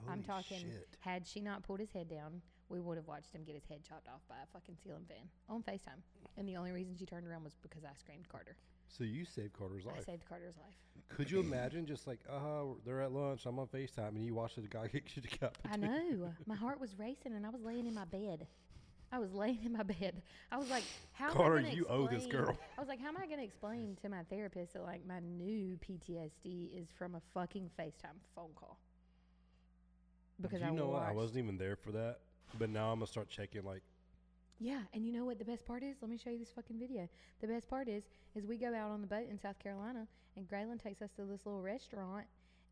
Speaker 1: I'm
Speaker 2: Holy
Speaker 1: talking,
Speaker 2: Shit.
Speaker 1: had she not pulled his head down, we would have watched him get his head chopped off by a fucking ceiling fan on FaceTime. And the only reason she turned around was because I screamed Carter.
Speaker 2: So you saved Carter's
Speaker 1: I
Speaker 2: life.
Speaker 1: saved Carter's life.
Speaker 2: Could you imagine just like, uh, they're at lunch, I'm on FaceTime, and you watch the guy [laughs] get you the cup?
Speaker 1: I know. My heart was racing and I was laying in my bed. I was laying in my bed. I was like, how
Speaker 2: Carter,
Speaker 1: am I gonna
Speaker 2: you owe this
Speaker 1: explain-
Speaker 2: [laughs] girl.
Speaker 1: I was like, how am I going to explain to my therapist that like my new PTSD is from a fucking FaceTime phone call? Because
Speaker 2: Do you
Speaker 1: I
Speaker 2: know what? I
Speaker 1: watched-
Speaker 2: wasn't even there for that, but now I'm gonna start checking. Like, [laughs]
Speaker 1: Yeah, and you know what the best part is? Let me show you this fucking video. The best part is is we go out on the boat in South Carolina and Graylin takes us to this little restaurant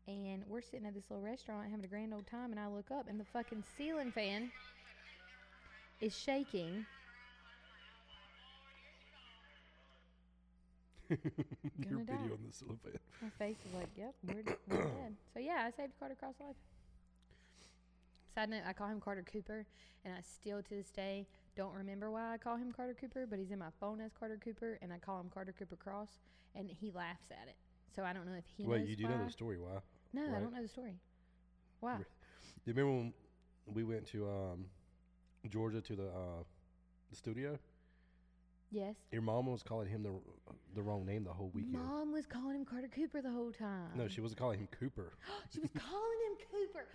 Speaker 1: and we're sitting at this little restaurant having a grand old time and I look up and the fucking ceiling fan is shaking.
Speaker 2: your
Speaker 1: Gonna die.
Speaker 2: video on the ceiling fan.
Speaker 1: My face is like, Yep, we're, d-
Speaker 2: [coughs]
Speaker 1: we're dead. So yeah, I saved Carter Cross life. Side note, I call him Carter Cooper and I still to this day don't remember why I call him Carter Cooper, but he's in my phone as Carter Cooper and I call him Carter Cooper Cross and he laughs at it. So I don't know if he
Speaker 2: Wait,
Speaker 1: knows
Speaker 2: you do
Speaker 1: why.
Speaker 2: know the story? Why?
Speaker 1: No, I
Speaker 2: right?
Speaker 1: don't know the story. Why?
Speaker 2: Re- Do you remember when we went to um, Georgia to the uh, the studio?
Speaker 1: Yes.
Speaker 2: Your mom was calling him the the wrong name the whole weekend.
Speaker 1: Mom was calling him Carter Cooper the whole time.
Speaker 2: No, she wasn't calling him Cooper
Speaker 1: [gasps] she was calling him Cooper.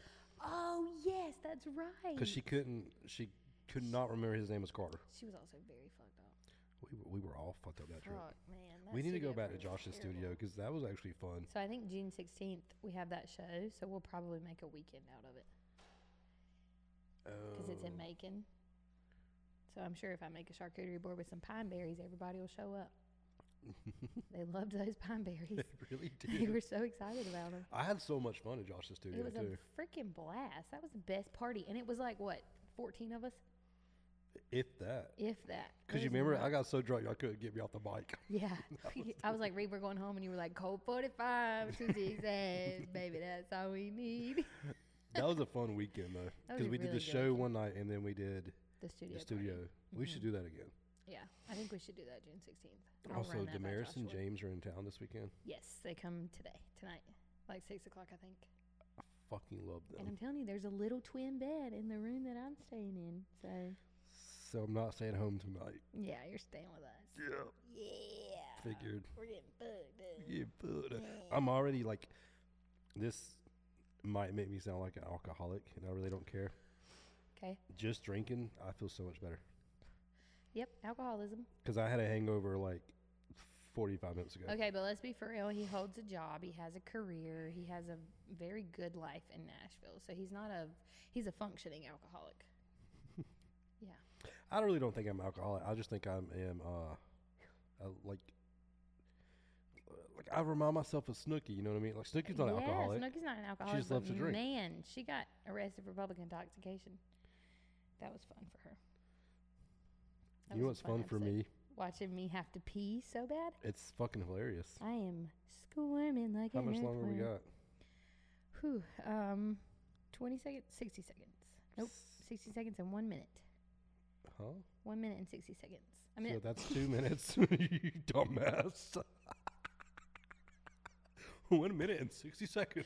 Speaker 1: Oh yes, that's right.
Speaker 2: because she couldn't. She could not remember his name was Carter.
Speaker 1: She was also very fucked up.
Speaker 2: We were, we were all fucked up that trip.
Speaker 1: Fuck, Oh, man. that
Speaker 2: we need to
Speaker 1: studio
Speaker 2: go back to
Speaker 1: crew was
Speaker 2: Josh's
Speaker 1: terrible.
Speaker 2: studio because that was actually
Speaker 1: [laughs]
Speaker 2: fun.
Speaker 1: So I think June sixteenth we have that show, so we'll probably make a weekend out of it because it's
Speaker 2: Oh.
Speaker 1: in Macon. So I'm sure if I make a charcuterie board with some pine berries, everybody will show
Speaker 2: [laughs]
Speaker 1: up. they loved those pine berries.
Speaker 2: [laughs] it really
Speaker 1: [laughs] they
Speaker 2: did.
Speaker 1: were so excited about them.
Speaker 2: I had so much fun at Josh's studio
Speaker 1: It was
Speaker 2: too.
Speaker 1: a freaking blast. That was the best party, and it was like what fourteen of us,
Speaker 2: if that,
Speaker 1: if that. It
Speaker 2: because you
Speaker 1: was
Speaker 2: remember
Speaker 1: nuts.
Speaker 2: I got so drunk y'all couldn't get me off the mic.
Speaker 1: [laughs]
Speaker 2: [laughs]
Speaker 1: Yeah. [laughs] I was like, Reed, we're going home. And you were like, Cold 45 to Jesus. [laughs] Baby, that's all we need.
Speaker 2: That was a fun weekend though,
Speaker 1: That was
Speaker 2: because
Speaker 1: a
Speaker 2: we did
Speaker 1: really
Speaker 2: the
Speaker 1: good
Speaker 2: show one night and then we did
Speaker 1: The studio.
Speaker 2: the
Speaker 1: party.
Speaker 2: studio. We should do that again.
Speaker 1: Yeah. I think we should do that June 16th. I'll
Speaker 2: Also,
Speaker 1: run that by
Speaker 2: Damaris and
Speaker 1: Joshua.
Speaker 2: James are in town this weekend.
Speaker 1: Yes. They come today, tonight, like 6 o'clock, I think.
Speaker 2: I fucking love
Speaker 1: And
Speaker 2: them.
Speaker 1: I'm telling you, there's a little twin bed in the room that I'm staying in. So,
Speaker 2: So I'm not staying home tonight.
Speaker 1: yeah, you're staying with us.
Speaker 2: Yeah,
Speaker 1: Yeah.
Speaker 2: figured.
Speaker 1: We're getting fucked up.
Speaker 2: Yeah,
Speaker 1: uh,
Speaker 2: but I'm already like, this might make me sound like an alcoholic, and I really don't care.
Speaker 1: Okay.
Speaker 2: Just drinking, I feel so much better.
Speaker 1: Yep. Alcoholism.
Speaker 2: Because I had a hangover like 45 minutes ago.
Speaker 1: Okay, but let's be for real. He holds a job. He has a career. He has a very good life in Nashville. So he's not a he's a functioning alcoholic. yeah.
Speaker 2: I really don't think I'm alcoholic. I just think I am, uh, uh like, like I remind myself of Snooki. You know what I mean? Like Snooki's not
Speaker 1: yes,
Speaker 2: alcoholic.
Speaker 1: Snooki's not an alcoholic.
Speaker 2: just
Speaker 1: but
Speaker 2: loves to drink.
Speaker 1: Man, she got arrested for public intoxication. That was fun for her. That
Speaker 2: you know
Speaker 1: was
Speaker 2: what's
Speaker 1: a fun
Speaker 2: fun, for
Speaker 1: episode.
Speaker 2: me?
Speaker 1: Watching me have to pee so bad.
Speaker 2: It's fucking hilarious.
Speaker 1: I am squirming like
Speaker 2: How
Speaker 1: an
Speaker 2: much longer we
Speaker 1: earthworm.
Speaker 2: got?
Speaker 1: Whew, um, twenty seconds, sixty seconds. Nope, sixty seconds and one minute.
Speaker 2: Huh?
Speaker 1: One minute and sixty seconds. I mean,
Speaker 2: So that's two minutes, [laughs] you dumbass. [laughs] One minute and 60 seconds.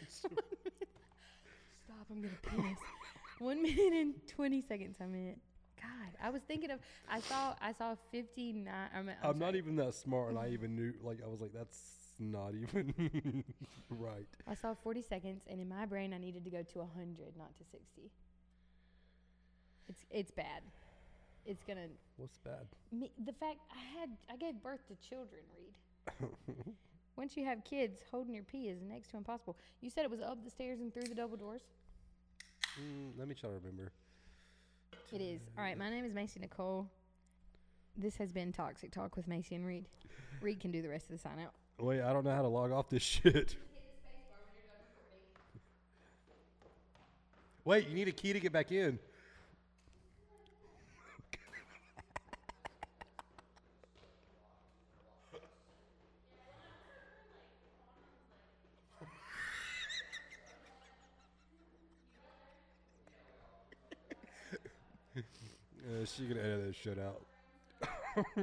Speaker 1: Stop, I'm gonna piss. [laughs] One minute and twenty seconds. I meant. God, I was thinking of. I saw. I saw fifty nine. I mean, [laughs] I'm,
Speaker 2: I'm not
Speaker 1: sorry.
Speaker 2: even that
Speaker 1: [laughs]
Speaker 2: smart, and I even knew, like, I was like, that's not even [laughs] right.
Speaker 1: I saw forty seconds, and in my brain, I needed to go to hundred, not to sixty. It's it's bad. It's gonna.
Speaker 2: What's bad?
Speaker 1: Me, the fact I had I gave birth to children. Reed. Once you have kids, holding your pee is next to impossible. You said it was up the stairs and through the double doors.
Speaker 2: Mm, let me try to remember.
Speaker 1: It is. All right, my name is Macy Nicole. This has been Toxic Talk with Macy and Reed. Reed can do the rest of the sign out.
Speaker 2: Wait, I don't know how to log off this [laughs] shit. Wait, you need a key to get back in. [laughs] Uh, she can edit this shit out. [laughs]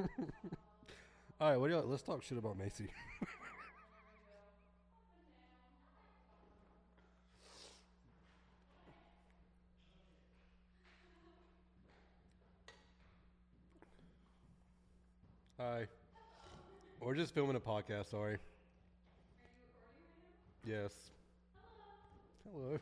Speaker 2: All right, what do you? Let's talk shit about Macy. Hi. We're just filming a podcast. Sorry. Yes. Hello.